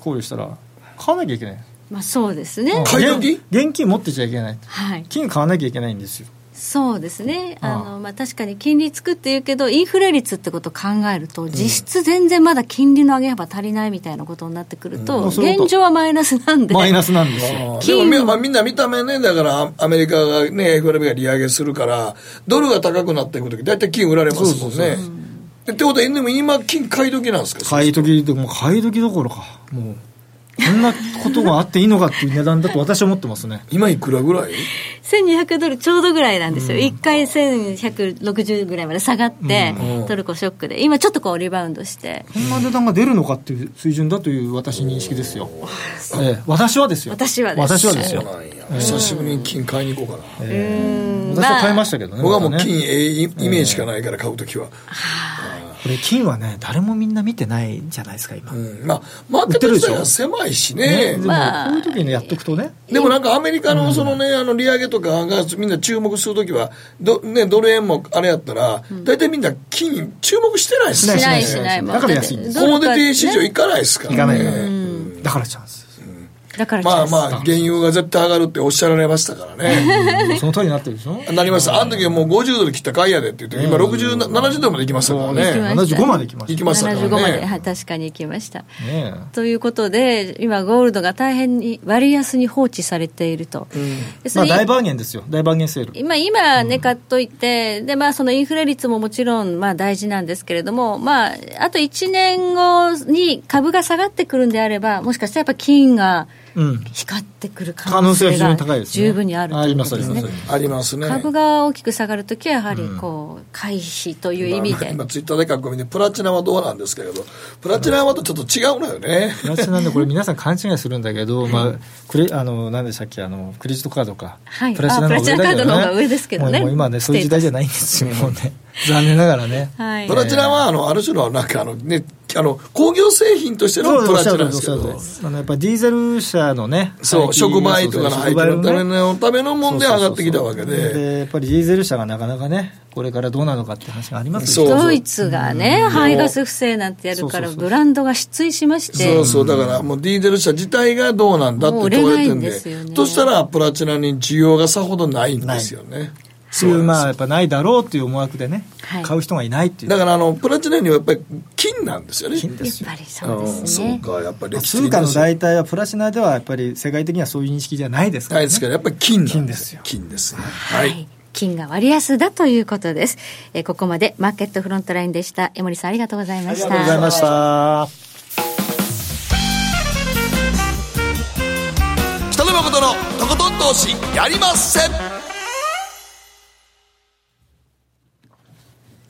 Speaker 2: 考慮したら買わなきゃいけない
Speaker 3: まあ、そうですね、
Speaker 10: 買い時
Speaker 2: 現現金持ってちゃいけない
Speaker 3: はい、
Speaker 2: 金買わなきゃいけないんですよ
Speaker 3: そうですね、あ
Speaker 2: あ
Speaker 3: のまあ、確かに金利つくっていうけど、インフレ率ってことを考えると、実質全然まだ金利の上げ幅足りないみたいなことになってくると、
Speaker 2: うんそういうこと
Speaker 3: 現状はマイナスなんで、
Speaker 2: マイ
Speaker 3: <laughs>
Speaker 2: ナスなんですよ
Speaker 10: でも
Speaker 3: 金
Speaker 10: み,、まあ、みんな見た目ねだからあアメリカがね FRB が利上げするからドルが高くなっていく時大体金売られますもんねでってことはでも今金買い時なんですか
Speaker 2: 買い時どもう買い時どころかもうこんなことがあっていいのかっていう値段だと私は思ってますね
Speaker 10: 今いくらぐらい
Speaker 3: 1200ドルちょうどぐらいなんですよ、一回1160ぐらいまで下がって、
Speaker 10: うん
Speaker 3: トルコショックで、今ちょっとこうリバウンドして、
Speaker 2: こんな値段が出るのかっていう水準だという私認識です
Speaker 3: <laughs>
Speaker 2: よ、ええ、私はですよ
Speaker 3: 私はです
Speaker 2: 私はです
Speaker 10: そう
Speaker 2: よ
Speaker 10: なんや久しぶりに金買いに行こうかな
Speaker 2: 私は買いましたけどね、
Speaker 10: 僕はもう
Speaker 2: またね
Speaker 10: 金えイイメージしかないから買う時は、
Speaker 2: これ金はね誰もみんな見てないんじゃないですか今、
Speaker 10: うん、まあマーケット自体が狭いし
Speaker 2: で
Speaker 10: ね
Speaker 2: もこういう時にやっとくとね
Speaker 10: でもなんかアメリカのそのね、あの利上げとかがみんな注目するときは、ど、ね、ドル円もあれやったら、大体みんな金注目してないです
Speaker 2: し
Speaker 3: し
Speaker 2: な
Speaker 3: ないい
Speaker 2: し
Speaker 3: し
Speaker 2: な
Speaker 3: ないい、
Speaker 2: だから安いんです
Speaker 3: だって
Speaker 10: コモデ
Speaker 3: ドル
Speaker 10: ィ
Speaker 3: が
Speaker 10: ティ市場
Speaker 3: ね
Speaker 10: 行かないですか
Speaker 2: 行か
Speaker 10: らね。
Speaker 2: ないから、だからチャンス、
Speaker 3: だから
Speaker 10: ま
Speaker 3: チ
Speaker 10: あ
Speaker 3: ャン
Speaker 10: まあ、原油が絶対上がるっておっしゃられましたからね。
Speaker 2: その通りになってるでしょ
Speaker 10: なりました。あの時はもう50ドル切った買いやでって言って、今60、70ドルまで行きましたからね。
Speaker 2: 75まで行きました
Speaker 10: 行きま
Speaker 3: ス
Speaker 10: したか
Speaker 3: 75まで、
Speaker 10: ら
Speaker 3: は
Speaker 10: ね。
Speaker 3: い、確かに行きました。
Speaker 2: ね
Speaker 3: ということで、今、ゴールドが大変に割安に放置されていると、で
Speaker 2: え
Speaker 3: そ
Speaker 2: まあ
Speaker 3: れ
Speaker 2: 大バーゲンですよ大バーゲンセール
Speaker 3: 今、今ね、買っといて、で、まあ、そのインフレ率ももちろん、まあ、大事なんですけれども、まあ、あと1年後に株が下がってくるんであれば、もしかしたらやっぱ金が
Speaker 2: うん
Speaker 3: 光ってくる可
Speaker 2: 可
Speaker 3: 能
Speaker 2: 能性は
Speaker 3: 性
Speaker 2: 非常
Speaker 3: が
Speaker 2: に高いです、ね、
Speaker 3: 十分にある
Speaker 2: あ
Speaker 3: と
Speaker 2: り
Speaker 3: いう
Speaker 2: ま
Speaker 3: こ
Speaker 2: す
Speaker 3: と
Speaker 2: あ
Speaker 3: で
Speaker 2: り
Speaker 3: す
Speaker 2: ます、
Speaker 3: ね。
Speaker 10: ありますね。
Speaker 3: 株が大きく下がるときは、やはりこう、回避という意味
Speaker 10: まあ
Speaker 3: で。
Speaker 10: 今ツイッターで書き込みでプラチナはどうなんですけれど、プラチナはまたちょっと違うのよね。
Speaker 2: プラチナでこれ皆さん勘違いするんだけど、まあ、クレあの何でしたっけあのクレジットカードか、
Speaker 3: はい
Speaker 2: プラチナの方が上だけどね
Speaker 3: あプラチナカードの方が上ですけど
Speaker 2: も
Speaker 3: ね
Speaker 2: うもう今ねそういう時代じゃないんですよもうね残念ながらね、
Speaker 3: はい
Speaker 10: プ。ラチナはあのある種のなんかあの、ね、あの工業製品として
Speaker 2: そう
Speaker 10: のプ
Speaker 2: そうおっ
Speaker 10: ラ
Speaker 2: しゃ
Speaker 10: チ
Speaker 2: る
Speaker 10: ナ
Speaker 2: 通り
Speaker 10: ですけ
Speaker 2: そうそう
Speaker 10: ど
Speaker 2: で。すあのやっぱディーゼル車のね
Speaker 10: そう、触媒とかの
Speaker 2: 廃
Speaker 10: 廃
Speaker 2: 棄
Speaker 10: 棄のた
Speaker 2: ね
Speaker 10: めのためのもんで上がってきたわけ
Speaker 2: そうそうそう
Speaker 10: で。
Speaker 2: でやっぱりディーゼル車がなかなかねこれからどうなのかって話がありますよ
Speaker 10: そう
Speaker 3: ドイツがね、排ガス不正なんてやるか
Speaker 2: そうそう
Speaker 3: ら、
Speaker 2: そう
Speaker 3: ブランドが失墜しまして、
Speaker 10: そうそう、だからもうディーゼル車自体がどうなんだって問われて
Speaker 3: も
Speaker 10: るん
Speaker 3: う売れないん
Speaker 10: で。
Speaker 3: ですよね
Speaker 10: としたらプラチナに需要がさほどないんですよね。
Speaker 2: そういうまあやっぱないだろうっていう思惑でね、
Speaker 3: はい
Speaker 2: 買う人がいないっていう
Speaker 10: だからあの、プラチナにはやっぱり金なんですよね。
Speaker 2: 金で
Speaker 3: やっ
Speaker 2: すよ
Speaker 3: ぱりそうです
Speaker 10: そう
Speaker 3: ね。
Speaker 10: か、やっぱり歴史
Speaker 2: 通
Speaker 10: 的
Speaker 2: 貨の
Speaker 10: ですよ
Speaker 2: 代替はプラチナではやっぱり世界的にはそういう認識じゃないですか
Speaker 10: は
Speaker 2: ら、
Speaker 10: い
Speaker 2: ね
Speaker 10: ですから、やっぱり金なん
Speaker 2: 金ですよ
Speaker 10: 金ですね。
Speaker 3: は
Speaker 10: はい
Speaker 3: い。金が割安だということです。えーここまでマーケットフロントラインでした。江森さんありがとうございました。
Speaker 2: ありがとうございました。
Speaker 10: 北野誠のとことん投資やりません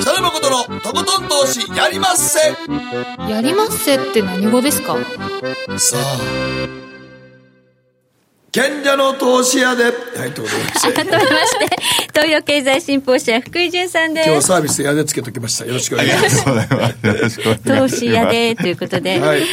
Speaker 10: 北野誠のとことん投資やりません
Speaker 1: やりまっせって何語ですか
Speaker 10: さあ賢者の投資屋ではい <laughs> ということでございまして
Speaker 3: 改めまして、東洋経済新報社福井潤さんで
Speaker 10: 今日
Speaker 3: す。
Speaker 10: サービスで屋根つけときましたよろしくお願いしま
Speaker 4: あり
Speaker 10: <laughs> す
Speaker 4: がとうございます。よろしくお願いします
Speaker 3: 投資屋でということで、
Speaker 10: は
Speaker 3: はいい、今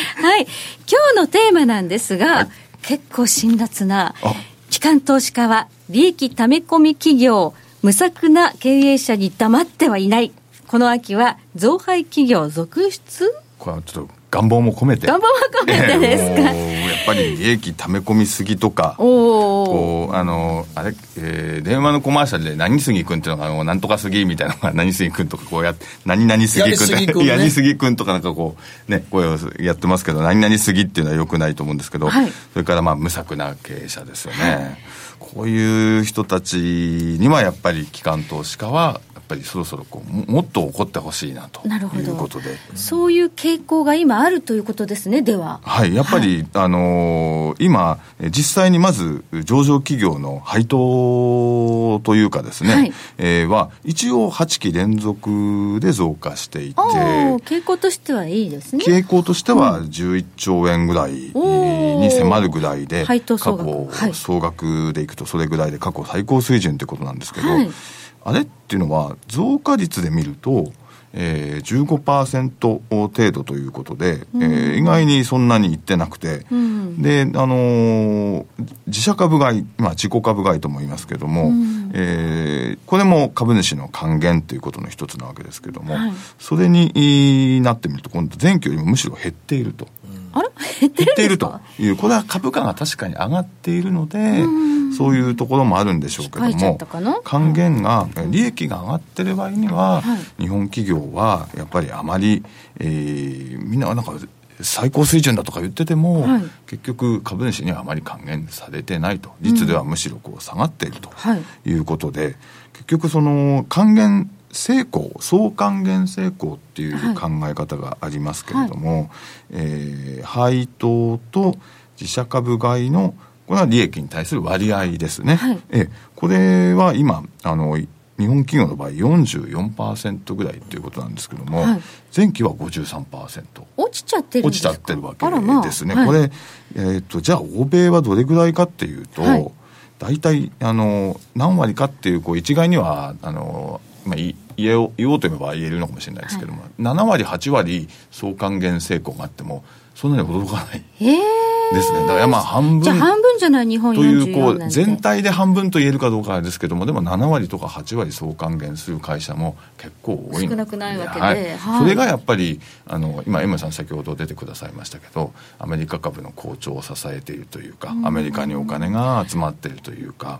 Speaker 3: 日のテーマなんですが、結構辛辣な
Speaker 4: あ
Speaker 3: 機関投資家は利益ため込み企業無策な経営者に黙ってはいないこの秋は増配企業続出
Speaker 4: これはちょっと願望も込めて
Speaker 3: 願望は込めてですか、
Speaker 4: ええもうやっぱり利益溜め込みすぎとか
Speaker 3: おお
Speaker 4: こうあのあれ、えー電話のコマーシャルで「何杉君」っていうのがあの「なんとか杉」みたいなのが「何杉君」とかこうやって「何々杉君」
Speaker 10: やりすぎ
Speaker 4: と
Speaker 10: 君
Speaker 4: か「
Speaker 10: ね
Speaker 4: やり杉君」とかなんかこうね声をやってますけど「何々杉」っていうのはよくないと思うんですけど、
Speaker 3: はい
Speaker 4: それからまあ無策な経営者ですよね、こういう人たちにはやっぱり機関投資家はやっぱりそろそろこうももっと怒ってほしいなと
Speaker 3: なるほど
Speaker 4: いうことで。
Speaker 3: そういう傾向が今あるということですねでは
Speaker 4: はい、やっぱり、あのー今、えー実際にまず上場企業の配当というかですね、
Speaker 3: はい
Speaker 4: えーは一応8期連続で増加していて、
Speaker 3: おお傾向としてはいいですね
Speaker 4: 傾向としては11兆円ぐらいえー
Speaker 3: おー
Speaker 4: に迫るぐらいで、
Speaker 3: 配当総額
Speaker 4: 過
Speaker 3: はい
Speaker 4: 去総額でいくとそれぐらいで過去最高水準ということなんですけど、
Speaker 3: はい
Speaker 4: あれっていうのは増加率で見ると、えー、15%程度ということで、えー意外にそんなにいってなくて、
Speaker 3: ん
Speaker 4: で、あのー自社株買い、まあ、自己株買いとも言いますけども、えーこれも株主の還元ということの一つなわけですけども、
Speaker 3: はい
Speaker 4: それにえーなってみると今度前期よりもむしろ減っていると。
Speaker 3: あれ減って
Speaker 4: 減ってい
Speaker 3: るんです
Speaker 4: る
Speaker 3: か
Speaker 4: というこれは株価が確かに上がっているのでそういうところもあるんでしょうけど
Speaker 3: 控えちゃっ
Speaker 4: も
Speaker 3: たかな
Speaker 4: 還元がえ利益が上がってる場合には、日本企業はやっぱりあまり、えーみんななんか最高水準だとか言ってても、
Speaker 3: はい
Speaker 4: 結局株主にはあまり還元されてないと率ではむしろこう下がっていると
Speaker 3: はい
Speaker 4: いうことで、結局その還元成功総還元成功っていう考え方がありますけれども、えー配当と自社株買いのこれは利益に対する割合ですね、
Speaker 3: はい
Speaker 4: ええこれは今あのい日本企業の場合44%ぐらいということなんですけども、
Speaker 3: はい
Speaker 4: 前期は53%
Speaker 3: 落ちちゃってるんで
Speaker 4: 落
Speaker 3: す
Speaker 4: ち
Speaker 3: か
Speaker 4: ちゃってるわ
Speaker 3: あらまあ
Speaker 4: けですね、
Speaker 3: はい
Speaker 4: これ、えー、とじゃあ欧米はどれぐらいかっていうと、
Speaker 3: はい
Speaker 4: 大体あの何割かっていうこう一概にはあの、まあ、い言えよう言おうと言えば言えるのかもしれないですけども、7割8割総還元成功があってもそんなに驚かない
Speaker 3: ええ
Speaker 4: ですねだからまあ半
Speaker 3: じゃあ
Speaker 4: 分
Speaker 3: 半分じゃない日本
Speaker 4: というこ
Speaker 3: 44な
Speaker 4: うん
Speaker 3: て
Speaker 4: 全体で半分と言えるかどうかですけどもでも7割とか8割総還元する会社も結構多いの
Speaker 3: 少なくないわけで
Speaker 4: はい
Speaker 3: はい
Speaker 4: それがやっぱりあの今 M さん先ほど出てくださいましたけどアメリカ株の好調を支えているというかアメリカにお金が集まっているというか。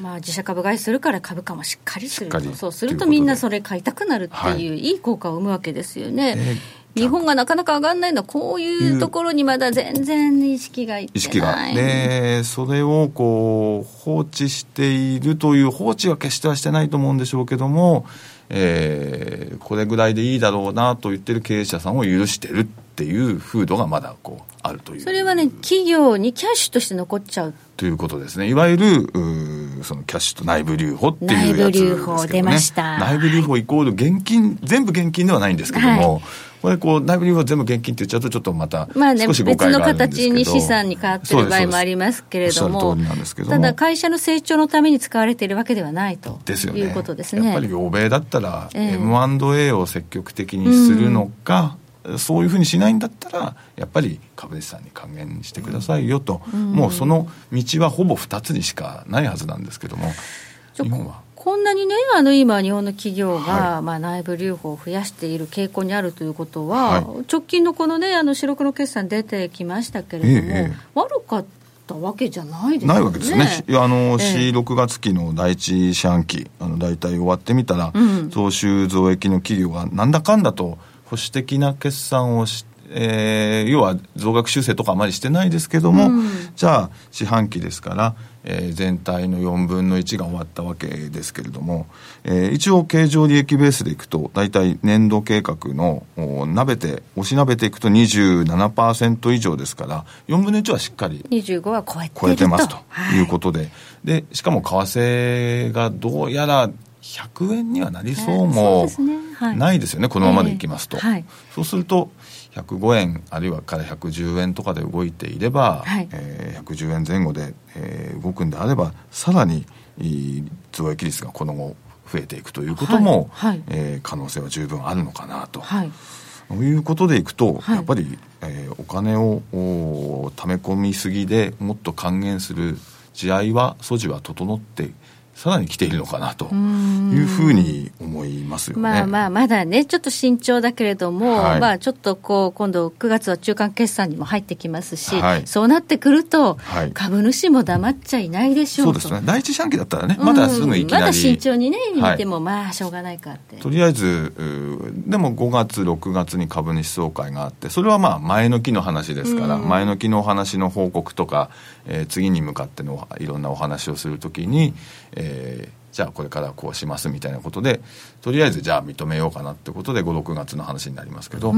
Speaker 3: まあ、自社株買いするから株価もしっかりすると
Speaker 4: しっかり
Speaker 3: そうする
Speaker 4: と
Speaker 3: と
Speaker 4: いうことで
Speaker 3: みんなそれ買いたくなるっていう、、
Speaker 4: はい
Speaker 3: い効果を生むわけですよね、
Speaker 4: ええ
Speaker 3: 日本がなかなか上がらないのはこういうところにまだ全然意識がいってない
Speaker 4: 意識が。で、それをこう、放置しているという、放置は決してはしてないと思うんでしょうけども、えーこれぐらいでいいだろうなと言ってる経営者さんを許してるっていう風土がまだこう、あるという。
Speaker 3: それはね企業にキャッシュとして残っちゃう
Speaker 4: ということですね。いわゆる、うーそのキャッシュと内部留保っていうやつですけど、ね。
Speaker 3: 内部留保出ました
Speaker 4: 内部留保イコール現金、全部現金ではないんですけども、これこう、内部留保全部現金って言っちゃうとちょっとまた、
Speaker 3: まあね、
Speaker 4: 少し
Speaker 3: 別
Speaker 4: 誤解
Speaker 3: の
Speaker 4: があるんですけ
Speaker 3: 形
Speaker 4: ど
Speaker 3: に資産に変わって
Speaker 4: そう
Speaker 3: る
Speaker 4: で
Speaker 3: 場
Speaker 4: す
Speaker 3: 合もあ
Speaker 4: そう
Speaker 3: り
Speaker 4: です
Speaker 3: ますけれど
Speaker 4: おっしゃ
Speaker 3: も
Speaker 4: る通りなんですけども
Speaker 3: ただ会社の成長のために使われているわけではないと
Speaker 4: ですよね。
Speaker 3: いうことです
Speaker 4: やっ
Speaker 3: ね
Speaker 4: ぱ。り欧米だったら、
Speaker 3: ええ
Speaker 4: M&A を積極的にするのか、そういうふうにしないんだったら、やっぱり株主さんに還元してくださいよと、もうその道はほぼ2つにしかないはずなんですけども、
Speaker 3: ちょ
Speaker 4: 日本は。
Speaker 3: こんなにね、あの今、日本の企業が、
Speaker 4: は
Speaker 3: まあ、内部留保を増やしている傾向にあるということは、
Speaker 4: は
Speaker 3: 直近のこのね、あの四六の決算出てきましたけれども、
Speaker 4: ええええ
Speaker 3: 悪かったわけじゃないですよね。
Speaker 4: ないわけですね。いやあの、
Speaker 3: ええ
Speaker 4: C6 月期の第一四半期、あの、大体終わってみたら、
Speaker 3: うん
Speaker 4: 増収増益の企業がなんだかんだと保守的な決算をし、えー要は増額修正とかあまりしてないですけども、
Speaker 3: うん
Speaker 4: じゃあ四半期ですから、えー全体の4分の1が終わったわけですけれども、えー一応経常利益ベースでいくと大体年度計画のお鍋て押し鍋ていくと27%以上ですから4分の1はしっかり
Speaker 3: 25は超えてると
Speaker 4: 超えてますと
Speaker 3: はい
Speaker 4: いうことで、でしかも為替がどうやら100円にはなりそう
Speaker 3: そう
Speaker 4: も
Speaker 3: ですねはい
Speaker 4: ないですよね、このままでいきますと、
Speaker 3: ええはい
Speaker 4: そうすると105円あるいはから110円とかで動いていれば、
Speaker 3: はい
Speaker 4: えー110円前後で、えー動くんであればさらにいい増益率がこの後増えていくということも、
Speaker 3: はいはい
Speaker 4: えー可能性は十分あるのかなと。
Speaker 3: はい
Speaker 4: ということでいくと、
Speaker 3: はい
Speaker 4: やっぱり、えーお金をおー貯め込みすぎでもっと還元する地合いは素地は整ってさらに来ているのかなというふうに思いますよね。
Speaker 3: まあまあ、まだね、ちょっと慎重だけれども、
Speaker 4: はい
Speaker 3: まあちょっとこう、今度9月は中間決算にも入ってきますし、
Speaker 4: はい
Speaker 3: そうなってくると、
Speaker 4: はい
Speaker 3: 株主も黙っちゃいないでしょ
Speaker 4: そううで
Speaker 3: と。
Speaker 4: すね。第一四半期だったらね、まだすぐいきな
Speaker 3: うんま
Speaker 4: り。
Speaker 3: だ慎重にね、
Speaker 4: はい
Speaker 3: 見ても、まあしょうがないかって。
Speaker 4: とりあえずうーでも5月6月に株主総会があってそれはまあ前の期の話ですから、前の期のお話の報告とか、えー次に向かってのいろんなお話をするときに、えーじゃあこれからこうしますみたいなことでとりあえずじゃあ認めようかなってことで56月の話になりますけど、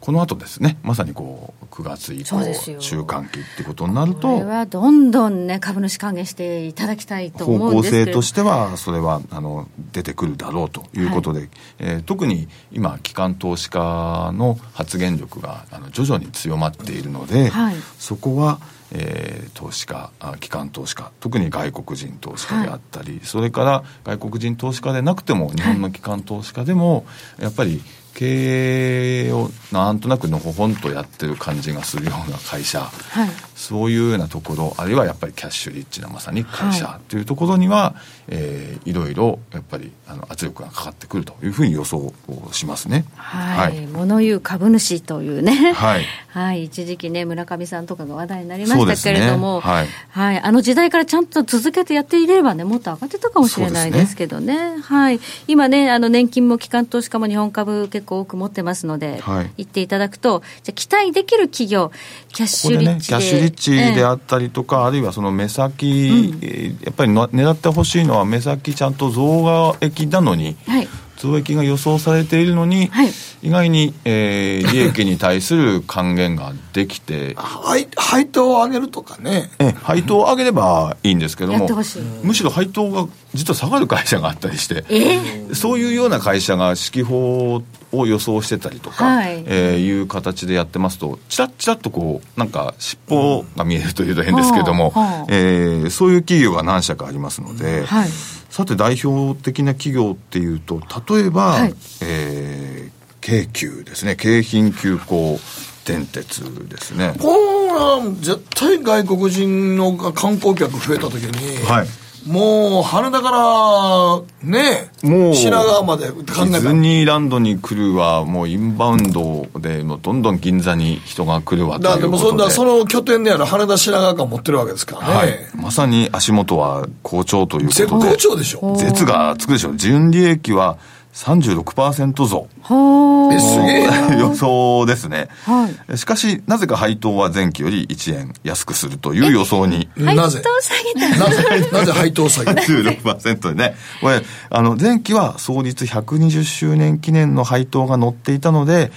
Speaker 4: この後ですねまさにこう9月以降
Speaker 3: そうですよ
Speaker 4: 中間期ってことにな
Speaker 3: こ
Speaker 4: る
Speaker 3: れ
Speaker 4: と
Speaker 3: はどんどんね、株主還元していただきたいと
Speaker 4: 方
Speaker 3: 思うん
Speaker 4: 向
Speaker 3: ですけれ
Speaker 4: 性
Speaker 3: ど
Speaker 4: としてはそれはあの出てくるだろうということで、えー特に今機関投資家の発言力があの徐々に強まっているので、
Speaker 3: はい
Speaker 4: そこは、えー投資家あ機関投資家特に外国人投資家であったり、それから外国人投資家でなくても日本の機関投資家でも、やっぱり経営をなんとなくのほほんとやってる感じがするような会社、
Speaker 3: はい
Speaker 4: そういうようなところあるいはやっぱりキャッシュリッチなまさに会社というところには、えーいろいろやっぱりあの圧力がかかってくるというふうに予想をしますね。
Speaker 3: はい、
Speaker 4: はい
Speaker 3: 物言う株主というね、
Speaker 4: はい
Speaker 3: はい一時期ね、村上さんとかが話題になりま
Speaker 4: そう
Speaker 3: し
Speaker 4: で
Speaker 3: た
Speaker 4: す
Speaker 3: け
Speaker 4: ね
Speaker 3: れども、
Speaker 4: はい
Speaker 3: はいあの時代からちゃんと続けてやっていればね、もっと上がってたかもしれないですけどね、はい、今ね、あの年金も機関投資家も日本株、結構多く持ってますので、
Speaker 4: はい
Speaker 3: 言っていただくと、じゃあ期待できる企業、キャッ
Speaker 4: こ
Speaker 3: シ
Speaker 4: こ
Speaker 3: ュ
Speaker 4: で
Speaker 3: リッ
Speaker 4: ね、
Speaker 3: チ
Speaker 4: キ
Speaker 3: で、
Speaker 4: ャッシュリッチ
Speaker 3: ええ
Speaker 4: であったりとか、あるいはその目先、えーやっぱりの狙ってほしいのは、目先ちゃんと増益なのに、
Speaker 3: はい
Speaker 4: 増益が予想されているのに、
Speaker 3: はい
Speaker 4: 意外に、えー利益に対する還元ができて、
Speaker 10: 配配当を上げるとかね
Speaker 4: ええ配当を上げればいいんですけど
Speaker 3: やっ
Speaker 4: も
Speaker 3: てほしい、
Speaker 4: むしろ配当が実は下がる会社があったりして、
Speaker 3: ええ
Speaker 4: そういうような会社が指揮法を予想してたりとか、
Speaker 3: はい
Speaker 4: えーいう形でやってますと、ちらっちらっとこう、なんか尻尾が見えるというと変ですけども、
Speaker 3: はあはあ
Speaker 4: えーそういう企業が何社かありますので、
Speaker 3: はい
Speaker 4: さて代表的な企業っていうと、例えば、
Speaker 3: はい
Speaker 4: えー京急ですね、京浜急行電鉄ですね。
Speaker 10: こんなん絶対外国人の観光客増えた時に、
Speaker 4: はい
Speaker 10: もう羽田からね
Speaker 4: もう
Speaker 10: 品川まで考
Speaker 4: ディ
Speaker 10: えた
Speaker 4: ズ
Speaker 10: ら
Speaker 4: ニーランドに来るわ、もうインバウンドで、もうどんどん銀座に人が来るわと
Speaker 10: だから
Speaker 4: い
Speaker 10: で
Speaker 4: う
Speaker 10: も
Speaker 4: こ
Speaker 10: そん
Speaker 4: と
Speaker 10: な
Speaker 4: で。
Speaker 10: その拠点である羽田品川間持ってるわけですからね、
Speaker 4: はい、まさに足元は好調という
Speaker 10: 絶
Speaker 4: こと
Speaker 10: 好
Speaker 4: で、
Speaker 10: 調でしょ
Speaker 4: 絶がつくでしょう、純利益は36%増、
Speaker 3: ほ
Speaker 10: え
Speaker 3: ー
Speaker 10: すげえな
Speaker 4: <laughs> 予想ですね、
Speaker 3: は
Speaker 4: しかし、なぜか配当は前期より1円安くするという予想に。
Speaker 3: 配当
Speaker 10: なぜ
Speaker 3: 下げた
Speaker 10: なぜなぜ配当
Speaker 3: <laughs>
Speaker 10: 下げ
Speaker 4: 16%で <laughs> ね、これ、あの、前期は創立120周年記念の配当が載っていたので、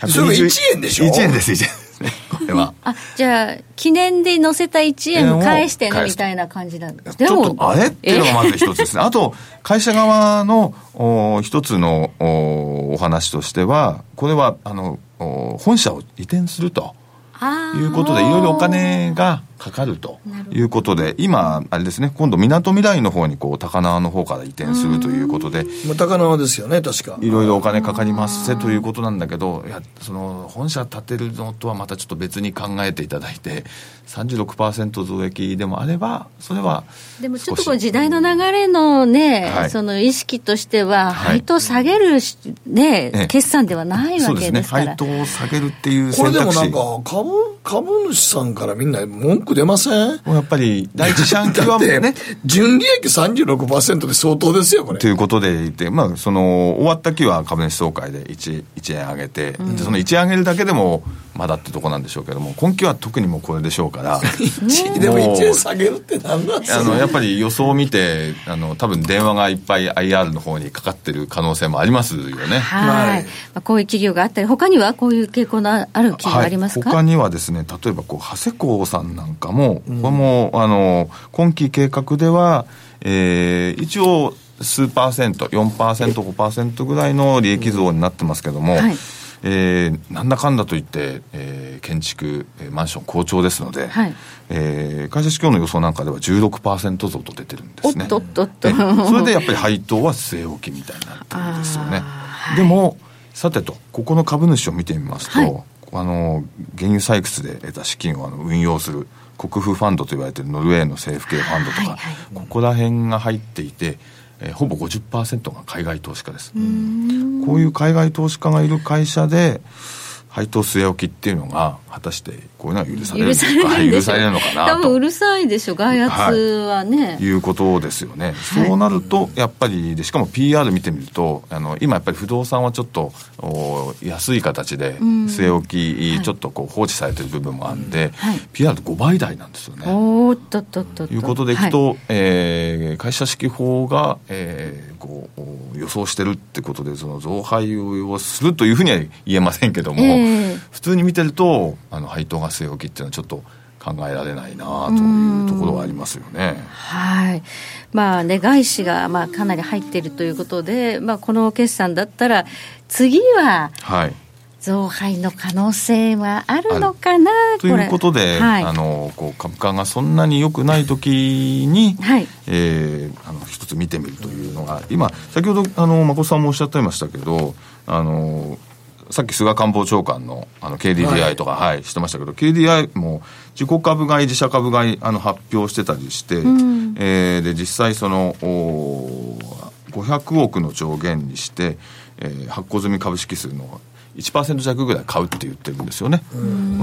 Speaker 4: 120
Speaker 10: それ1円でしょ
Speaker 4: ?1 円です、1円ですね。これ
Speaker 10: <laughs>
Speaker 4: は。
Speaker 3: あじゃあ記念で載せた1円を返してね
Speaker 4: 返
Speaker 3: み
Speaker 4: す
Speaker 3: たいな感じなんです
Speaker 4: ちょっとあれっていうのがまず一つです
Speaker 10: <laughs>
Speaker 4: ね。あと、会社側のお一つのおお話としては、これは、あの、お本社を移転すると。
Speaker 3: と
Speaker 4: いうことで、いろいろお金がかかるということで、今、あれですね、今度、みなとみらいの方に、こう、高輪の方から移転するということで、
Speaker 10: まあ高輪ですよね確か
Speaker 4: いろいろお金かかりますせということなんだけど、いや、その、本社建てるのとはまたちょっと別に考えていただいて、36%増益でもあれば、それは、
Speaker 3: でもちょっとこう時代の流れのね、
Speaker 4: はい
Speaker 3: その意識としては
Speaker 4: はい
Speaker 3: 配当下げるし、ね
Speaker 4: ええ
Speaker 3: 決算ではない
Speaker 4: そ
Speaker 3: わ
Speaker 4: うです
Speaker 3: け
Speaker 4: ね、
Speaker 3: ですから
Speaker 4: 配当を下げるっていう
Speaker 10: こ
Speaker 4: 選
Speaker 10: れでも
Speaker 4: 択
Speaker 10: なん
Speaker 4: 肢
Speaker 10: か株株主さんからみんな文句出ません
Speaker 4: もうやっぱり、第一四半期
Speaker 10: だ
Speaker 4: は
Speaker 10: っ
Speaker 4: もう
Speaker 10: て
Speaker 4: ね、
Speaker 10: 純利益36%で相当ですよこれ
Speaker 4: ということでいて、まあ、その終わった期は株主総会で 1, 1円上げて、でその1円上げるだけでもまだってとこなんでしょうけども今期は特にもうこれでしょうから
Speaker 10: <laughs> でも1円下げるって何なんです
Speaker 4: あ
Speaker 10: か
Speaker 4: のやっぱり予想を見てあの多分電話がいっぱい IR の方にかかってる可能性もありますよ
Speaker 3: は
Speaker 4: ね。
Speaker 3: い、
Speaker 10: はい
Speaker 3: まあ、こういう企業があったり他にはこういう傾向のある企業
Speaker 4: は
Speaker 3: あ
Speaker 4: い
Speaker 3: りますか、
Speaker 4: 他にはですね例えばこう長谷工さんなんかも、これもあの今期計画では、えー一応数パーセント 4%5% ぐらいの利益増になってますけども、
Speaker 3: はい
Speaker 4: えーなんだかんだといって、えー建築、えーマンション好調ですので、
Speaker 3: はい
Speaker 4: えー会社指標の予想なんかでは16%増と出てるんですね
Speaker 3: おっとっとっ <laughs> と
Speaker 4: えーそれでやっぱり配当は据え置きみたいになってるんですよねでもさてとここの株主を見てみますと、
Speaker 3: はい
Speaker 4: あの原油採掘で得た資金をあの運用する国富ファンドと言われているノルウェーの政府系ファンドとか、ここら辺が入っていて、えーほぼ50%が海外投資家ですこういう海外投資家がいる会社で配当据え置きっていうのが果たしてこういうのは許される
Speaker 3: 許
Speaker 4: の
Speaker 3: され
Speaker 4: か
Speaker 3: ないんで
Speaker 4: 許
Speaker 3: しょ
Speaker 4: されるのかな
Speaker 3: 多
Speaker 4: と
Speaker 3: 分うるさいでしょ外圧はね、
Speaker 4: いうことですよね、そうなると、やっぱりで、しかも PR 見てみると、あの今やっぱり不動産はちょっとお安い形で、据え置き、ちょっとこう放置されてる部分もあるんで、
Speaker 3: はい
Speaker 4: PR と5倍台なんですよね。
Speaker 3: おーっとっとっとっ
Speaker 4: ということでいくと、えー会社指揮法が、えーこうお予想してるってことでその増配をするというふうには言えませんけども、
Speaker 3: ええ
Speaker 4: 普通に見てるとあの配当が据え置きっていうのはちょっと考えられないなというところはありますよね。
Speaker 3: はいまあね、外資がまあかなり入っているということで、まあ、この決算だったら、次は
Speaker 4: はい
Speaker 3: 増配の可能性はあるのかな
Speaker 4: ということで、
Speaker 3: はい
Speaker 4: あのこう株価がそんなに良くない時に、
Speaker 3: はい
Speaker 4: えーあの一つ見てみるというのが今先ほどあの誠さんもおっしゃってましたけどあのさっき菅官房長官のあの KDDI とか、はいしてましたけど KDDI も自己株買い自社株買いあの発表してたりして、えーで実際そのおー500億の上限にして、えー発行済み株式数の1%弱ぐらい買うって言ってるんですよね。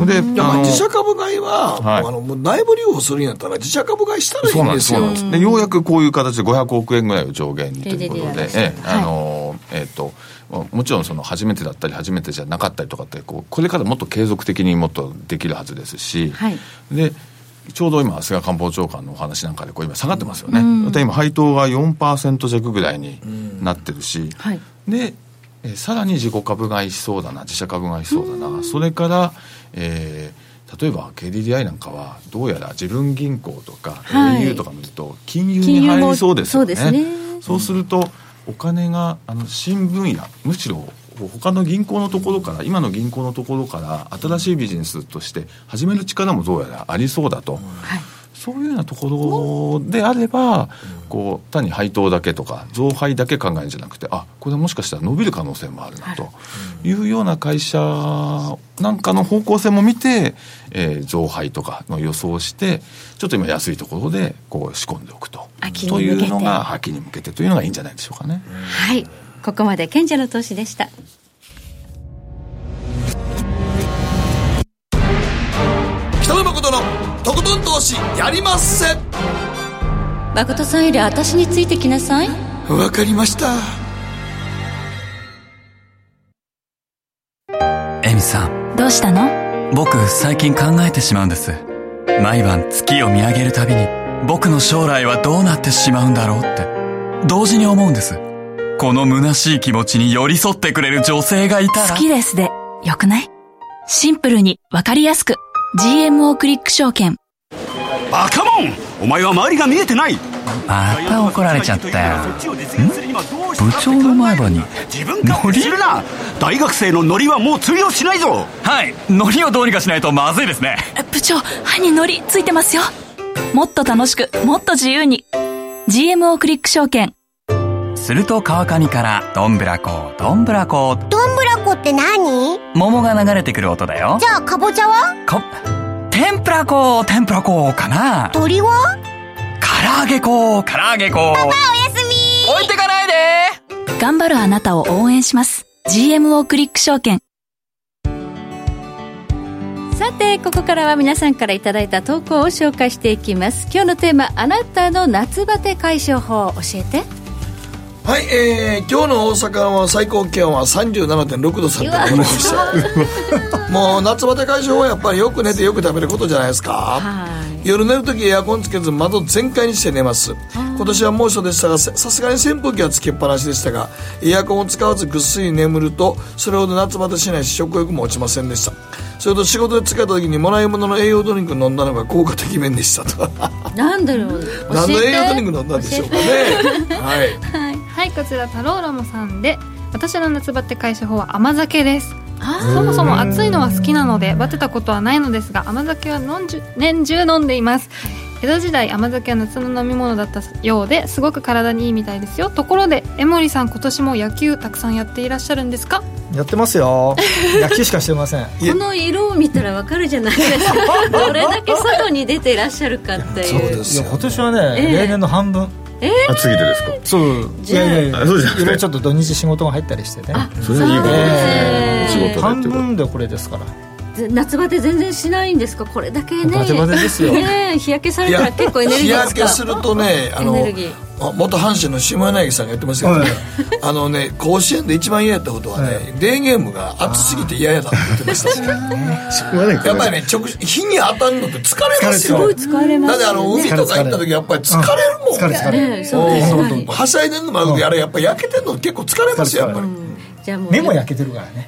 Speaker 4: で
Speaker 10: いやまあ
Speaker 4: あの
Speaker 10: 自社株買いは、
Speaker 4: はい
Speaker 10: あのもう内部留保するんやったら自社株買いしたら
Speaker 4: そう
Speaker 10: いい
Speaker 4: なんんで
Speaker 10: で
Speaker 4: す
Speaker 10: す
Speaker 4: そう
Speaker 10: よ
Speaker 4: なんですでようやくこういう形で500億円ぐらいを上限にということ
Speaker 3: KDDI
Speaker 4: で
Speaker 3: で、す
Speaker 4: ええ
Speaker 3: はい
Speaker 4: あのえっとももちろんその初めてだったり初めてじゃなかったりとかってこうこれからもっと継続的にもっとできるはずですし、
Speaker 3: はい
Speaker 4: でちょうど今菅官房長官のお話なんかでこう今下がってますよね、また今配当が4%弱ぐらいになってるし、
Speaker 3: はい
Speaker 4: でえーさらに自己株買いしそうだな自社株買いしそうだなそれから、えー例えば KDDI なんかはどうやら自分銀行とか
Speaker 3: はい
Speaker 4: au とか見ると金融に入りそうですよね
Speaker 3: 金融もそうですね
Speaker 4: そうするとお金があの新分野むしろ他の銀行のところから今の銀行のところから新しいビジネスとして始める力もどうやらありそうだと、
Speaker 3: はい
Speaker 4: そういうようなところであれば、こう単に配当だけとか増配だけ考えるんじゃなくてあこれはもしかしたら伸びる可能性もあるなというような会社なんかの方向性も見て、えー増配とかの予想をしてちょっと今安いところでこう仕込んでおくと
Speaker 3: 秋
Speaker 4: と
Speaker 3: に
Speaker 4: い
Speaker 3: 向けて
Speaker 4: うのが秋に向けてというのがいいんじゃないでしょうかね。
Speaker 3: はい、ここまで賢者の投資でした。
Speaker 10: 北野誠のとことん投資やりまっせ
Speaker 3: 誠さんより私についてきなさい。
Speaker 10: わかりました
Speaker 5: エミさん
Speaker 11: どうしたの
Speaker 5: 僕最近考えてしまうんです毎晩月を見上げるたびに僕の将来はどうなってしまうんだろうって同時に思うんですこの虚しい気持ちに寄り添ってくれる女性がいたら
Speaker 11: 好きですで、よくないシンプルにわかりやすく。GMO クリック証券。
Speaker 8: バカモンお前は周りが見えてない
Speaker 5: また怒られちゃったよ部
Speaker 8: 部
Speaker 5: 長の前歯に
Speaker 8: 自分勝手するな大学生のノリはもう通用しないぞ
Speaker 5: はいノリをどうにかしないとまずいですね
Speaker 11: え部長、歯にノリついてますよ。もっと楽しく、もっと自由に。GMO クリック証券。
Speaker 5: すると川上からどんぶらこどんぶらこ
Speaker 6: どんぶらこって何
Speaker 5: 桃が流れてくる音だよ
Speaker 6: じゃあかぼちゃは
Speaker 5: こ天ぷらこ天ぷらこかな
Speaker 6: 鳥は
Speaker 5: 唐揚げこ唐揚げこ
Speaker 6: おやすみ
Speaker 5: 置いてかないで
Speaker 11: 頑張るあなたを応援します。GMO クリック証券。
Speaker 3: さてここからは皆さんからいただいた投稿を紹介していきます今日のテーマあなたの夏バテ解消法教えて
Speaker 10: はい、えー、今日の大阪は最高気温は37.6度差ってことでした。 <laughs> もう夏バテ解消はやっぱりよく寝てよく食べることじゃないですか。
Speaker 3: はい
Speaker 10: 夜寝るときエアコンつけず窓全開にして寝ます今年は猛暑でしたがささすがに扇風機はつけっぱなしでしたがエアコンを使わずぐっすり眠るとそれほど夏バテしないし食欲も落ちませんでしたそれと仕事で疲れた時にもらい物の栄養ドリンク飲んだのが効果てきめんでしたと
Speaker 3: 何だろう
Speaker 10: 何の栄養ドリンク飲んだんでしょうかねはい
Speaker 1: はいこちらタローラモさんで私の夏バテ解消法は甘酒ですそもそも暑いのは好きなのでバテたことはないのですが甘酒は飲んじゅ年中飲んでいます江戸時代甘酒は夏の飲み物だったようですごく体にいいみたいですよところで江守さん今年も野球たくさんやっていらっしゃるんですか
Speaker 2: <laughs> やってますよ野球しかしてません
Speaker 3: この色を見たらわかるじゃない
Speaker 10: <laughs>
Speaker 3: ですかどれだけ外に出ていらっしゃるかって
Speaker 10: そう
Speaker 3: いう
Speaker 10: ですよ
Speaker 2: いや今年はね、
Speaker 3: ええ
Speaker 2: 例年の半分
Speaker 4: あ次でですか
Speaker 2: そうい
Speaker 3: じゃあ
Speaker 2: やいやいや
Speaker 4: あそうじゃなくて
Speaker 2: いろいろちょっと土日仕事が入ったりしてね
Speaker 4: それはいいことですねお仕事だ
Speaker 2: 半
Speaker 4: ってこと
Speaker 2: 分でこれですから
Speaker 3: ぜ夏バテ全然しないんですかこれだけね
Speaker 2: バテバテですよ
Speaker 3: ねえ日焼けさ
Speaker 10: い
Speaker 3: れた
Speaker 10: や
Speaker 3: ら結構エネルギ
Speaker 10: 日
Speaker 3: ー
Speaker 10: 焼
Speaker 3: 使
Speaker 10: け
Speaker 3: う
Speaker 10: するとねあ
Speaker 3: エ
Speaker 10: の
Speaker 3: ネルギー
Speaker 10: あ元阪神の下柳さんが言ってましたけどね、あのね甲子園で一番嫌やったことはね、デーゲームが暑すぎて嫌やだって言ってましたやっぱりね直日に当たるのって疲れますよ
Speaker 2: 疲れ
Speaker 3: すごい疲れま
Speaker 10: だっ
Speaker 3: す
Speaker 10: てあ
Speaker 3: よ
Speaker 10: の
Speaker 3: ね
Speaker 10: 海とか行った時やっぱり疲れるもん
Speaker 2: 疲れ疲れ
Speaker 3: ねえそうです
Speaker 10: うん
Speaker 3: やっぱり
Speaker 10: はしゃいでんのもあるけどあれやっぱ焼けてんの結構疲れますよやっぱり
Speaker 3: じゃあもう
Speaker 2: 目も焼けてるからね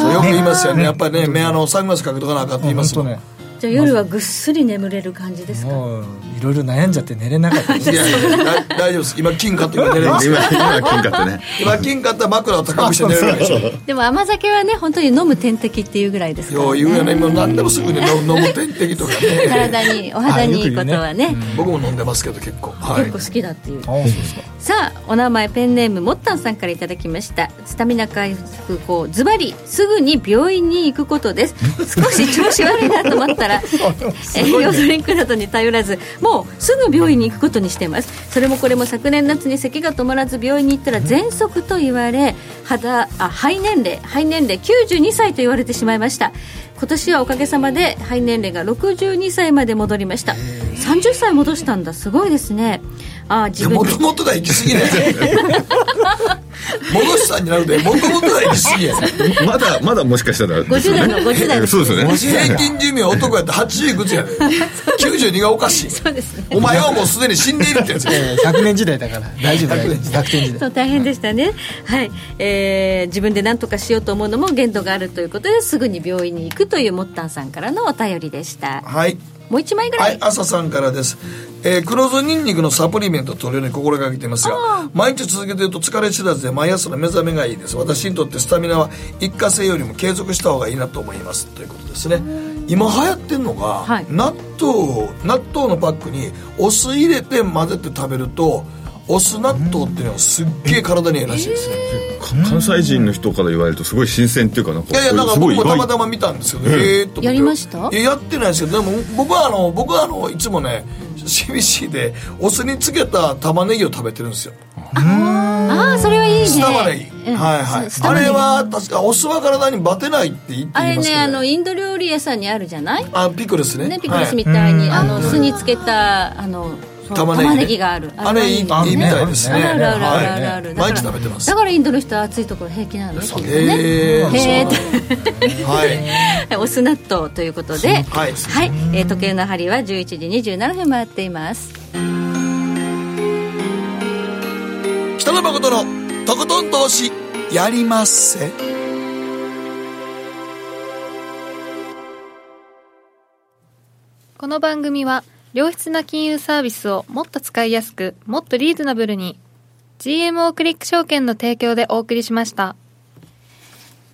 Speaker 10: そうよく言いますよねやっぱりね目あのサングラスかけとかなあかんって言いますも
Speaker 2: 本
Speaker 10: ん
Speaker 2: 当
Speaker 10: い
Speaker 2: ね
Speaker 3: じゃあ夜はぐっすり眠れる感じですか
Speaker 2: もういろいろ悩んじゃって寝れなか <laughs> ったです
Speaker 10: やいやだ大丈夫です今金買って今 <laughs> 寝
Speaker 2: <laughs>
Speaker 10: れます
Speaker 4: 今今金貨ってね
Speaker 10: 今金買ったら枕を高くして寝れるわけでしょ
Speaker 3: でも甘酒はね本当に飲む点滴っていうぐらいですから
Speaker 10: よう言うよね、今何でもすぐに飲む飲む点滴とかね
Speaker 3: 体にお肌にいいことはね
Speaker 10: 僕も飲んでますけど結構は
Speaker 3: 結
Speaker 10: い
Speaker 3: 構好きだっていう
Speaker 2: ああそうですか
Speaker 3: さあお名前ペンネームもったんさんからいただきましたスタミナ回復法ズバリすぐに病院に行くこと <laughs> です少し調子悪いなと思った <laughs> ら栄養ドリンクなどに頼らずもうすぐ病院に行くことにしてますそれもこれも昨年夏に咳が止まらず病院に行ったら喘息と言われ肌あ肺年齢肺年齢92歳と言われてしまいました今年はおかげさまで肺年齢が62歳まで戻りました30歳戻したんだすごいですねああ
Speaker 10: い
Speaker 3: 自
Speaker 10: や
Speaker 3: 分
Speaker 10: も
Speaker 3: で
Speaker 10: ともとが行き過ぎね <laughs> 戻したんになるでもともとが行き過ぎや
Speaker 4: まだまだもしかしたら
Speaker 3: 50代の50代の
Speaker 4: そうですよね
Speaker 10: 平均寿命男やったら80いくつやで92がおかしい
Speaker 3: そうですね
Speaker 10: お前はもうすでに死んでいるってやつや
Speaker 2: ええ100年時代だから大丈夫大丈夫100点時代
Speaker 3: そう大変でしたね、はいえー自分で何とかしようと思うのも限度があるということですぐに病院に行くというモッタンさんからのお便りでした
Speaker 10: はい
Speaker 3: もう一枚ぐら、
Speaker 10: はいい、朝さんからです。えー、黒酢ニンニクのサプリメントを取るように心がけていますが、毎日続けていると疲れ知らずで毎朝の目覚めがいいです。私にとってスタミナは一過性よりも継続した方がいいなと思います。ということですね。今流行ってんのが、
Speaker 3: はい
Speaker 10: 納豆、納豆のパックにお酢入れて混ぜて食べると、お酢納豆っていうのはすっげえ体にいいらしいですね。
Speaker 4: 関西人の人から言われるとすごい新鮮っていうかなんか
Speaker 10: いやいや、なんか
Speaker 4: すごい
Speaker 10: 僕
Speaker 4: 意
Speaker 10: もたま
Speaker 4: 外
Speaker 10: たま見たんですけど、ええと思って
Speaker 3: やりました
Speaker 10: いや、やってないですけど、でも僕はあの、僕はあの、いつもね、CBC でお酢につけた玉ねぎを食べてるんですよ。
Speaker 3: ああそれはいいね
Speaker 10: 酢玉ねぎ。
Speaker 3: うん
Speaker 10: はいはい
Speaker 3: 酢。
Speaker 10: あ
Speaker 3: 玉ねぎ
Speaker 10: れは確か、お酢は体にバテないって言って
Speaker 3: あ
Speaker 10: 言い
Speaker 3: れ
Speaker 10: ますけ
Speaker 3: ね
Speaker 10: ど、
Speaker 3: あのインド料理屋さんにあるじゃない
Speaker 10: あピクルスね。
Speaker 3: ねピクルスみ
Speaker 10: は
Speaker 3: たいに、あの酢につけたあのそう
Speaker 10: 玉ねぎね
Speaker 3: がある
Speaker 10: いあれいい、いいみ
Speaker 2: あるね
Speaker 10: たいですね。
Speaker 3: あるあるある
Speaker 10: はい
Speaker 3: あるある、だ
Speaker 10: 毎
Speaker 3: から
Speaker 10: 日食べてます
Speaker 3: だ。からインドの人は暑いところ平気なのねきっとね
Speaker 10: へー
Speaker 3: へ
Speaker 10: はい。
Speaker 3: お酢納豆ということで
Speaker 10: はい。
Speaker 3: はい、えー時計の針は11時27分回っています
Speaker 10: 北野誠のとことん投資やりまっせ
Speaker 1: この番組は良質な金融サービスをもっと使いやすくもっとリーズナブルに GMO クリック証券の提供でお送りしました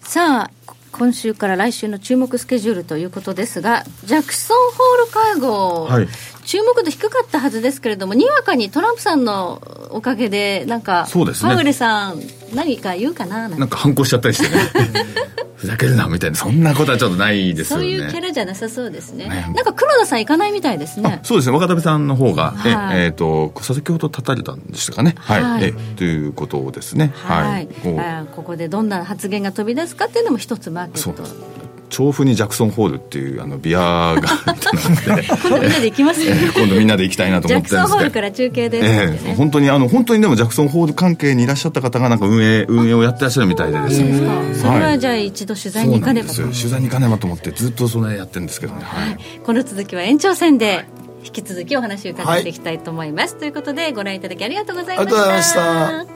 Speaker 3: さあこ今週から来週の注目スケジュールということですがジャクソンホール会合、
Speaker 4: はい
Speaker 3: 注目度低かったはずですけれどもにわかにトランプさんのおかげでなんか
Speaker 4: そうですね
Speaker 3: パウエルさん何か言うかななんて
Speaker 4: なんか反抗しちゃったりしてね <laughs> ふざけるなみたいなそんなことはちょっとないですよ
Speaker 3: そ
Speaker 4: ね
Speaker 3: ういうキャラじゃなさそうですね
Speaker 4: ね
Speaker 3: なんか黒田さん行かないみたいですね
Speaker 4: そうですね若田部さんの方が、
Speaker 3: はい
Speaker 4: ええーと先ほど叩いたんでしたかねはい、
Speaker 3: はい
Speaker 4: えということですね
Speaker 3: は
Speaker 4: はいい、こう
Speaker 3: あーここでどんな発言が飛び出すかっていうのも一つマーケット
Speaker 4: そう調布にジャクソンホールっていうあのビアが
Speaker 3: <laughs> 今度みんなで行きます
Speaker 4: え <laughs>
Speaker 3: よ
Speaker 4: ー今度みんなで行きたいなと
Speaker 3: ジャ
Speaker 4: 思っ
Speaker 3: ク
Speaker 4: てた
Speaker 3: ソン
Speaker 4: ん
Speaker 3: ホール
Speaker 4: ですけど
Speaker 3: から中継です、
Speaker 4: ええ本当にあの本当にでもジャクソンホール関係にいらっしゃった方がなんか運営運営をやってらっしゃるみたいでですね
Speaker 3: それ
Speaker 4: は
Speaker 3: はいじゃあ一度取材
Speaker 4: そ
Speaker 3: に行
Speaker 4: うな
Speaker 3: か
Speaker 4: ん
Speaker 3: ね
Speaker 4: で
Speaker 3: ば
Speaker 4: す
Speaker 3: と
Speaker 4: よ取材に行かねばと思ってずっとそれやってるんですけどねはい
Speaker 3: この続きは延長戦で引き続きお話を伺っていきたいと思います、ということでご覧いただきありがとうございました
Speaker 10: ありがとうございました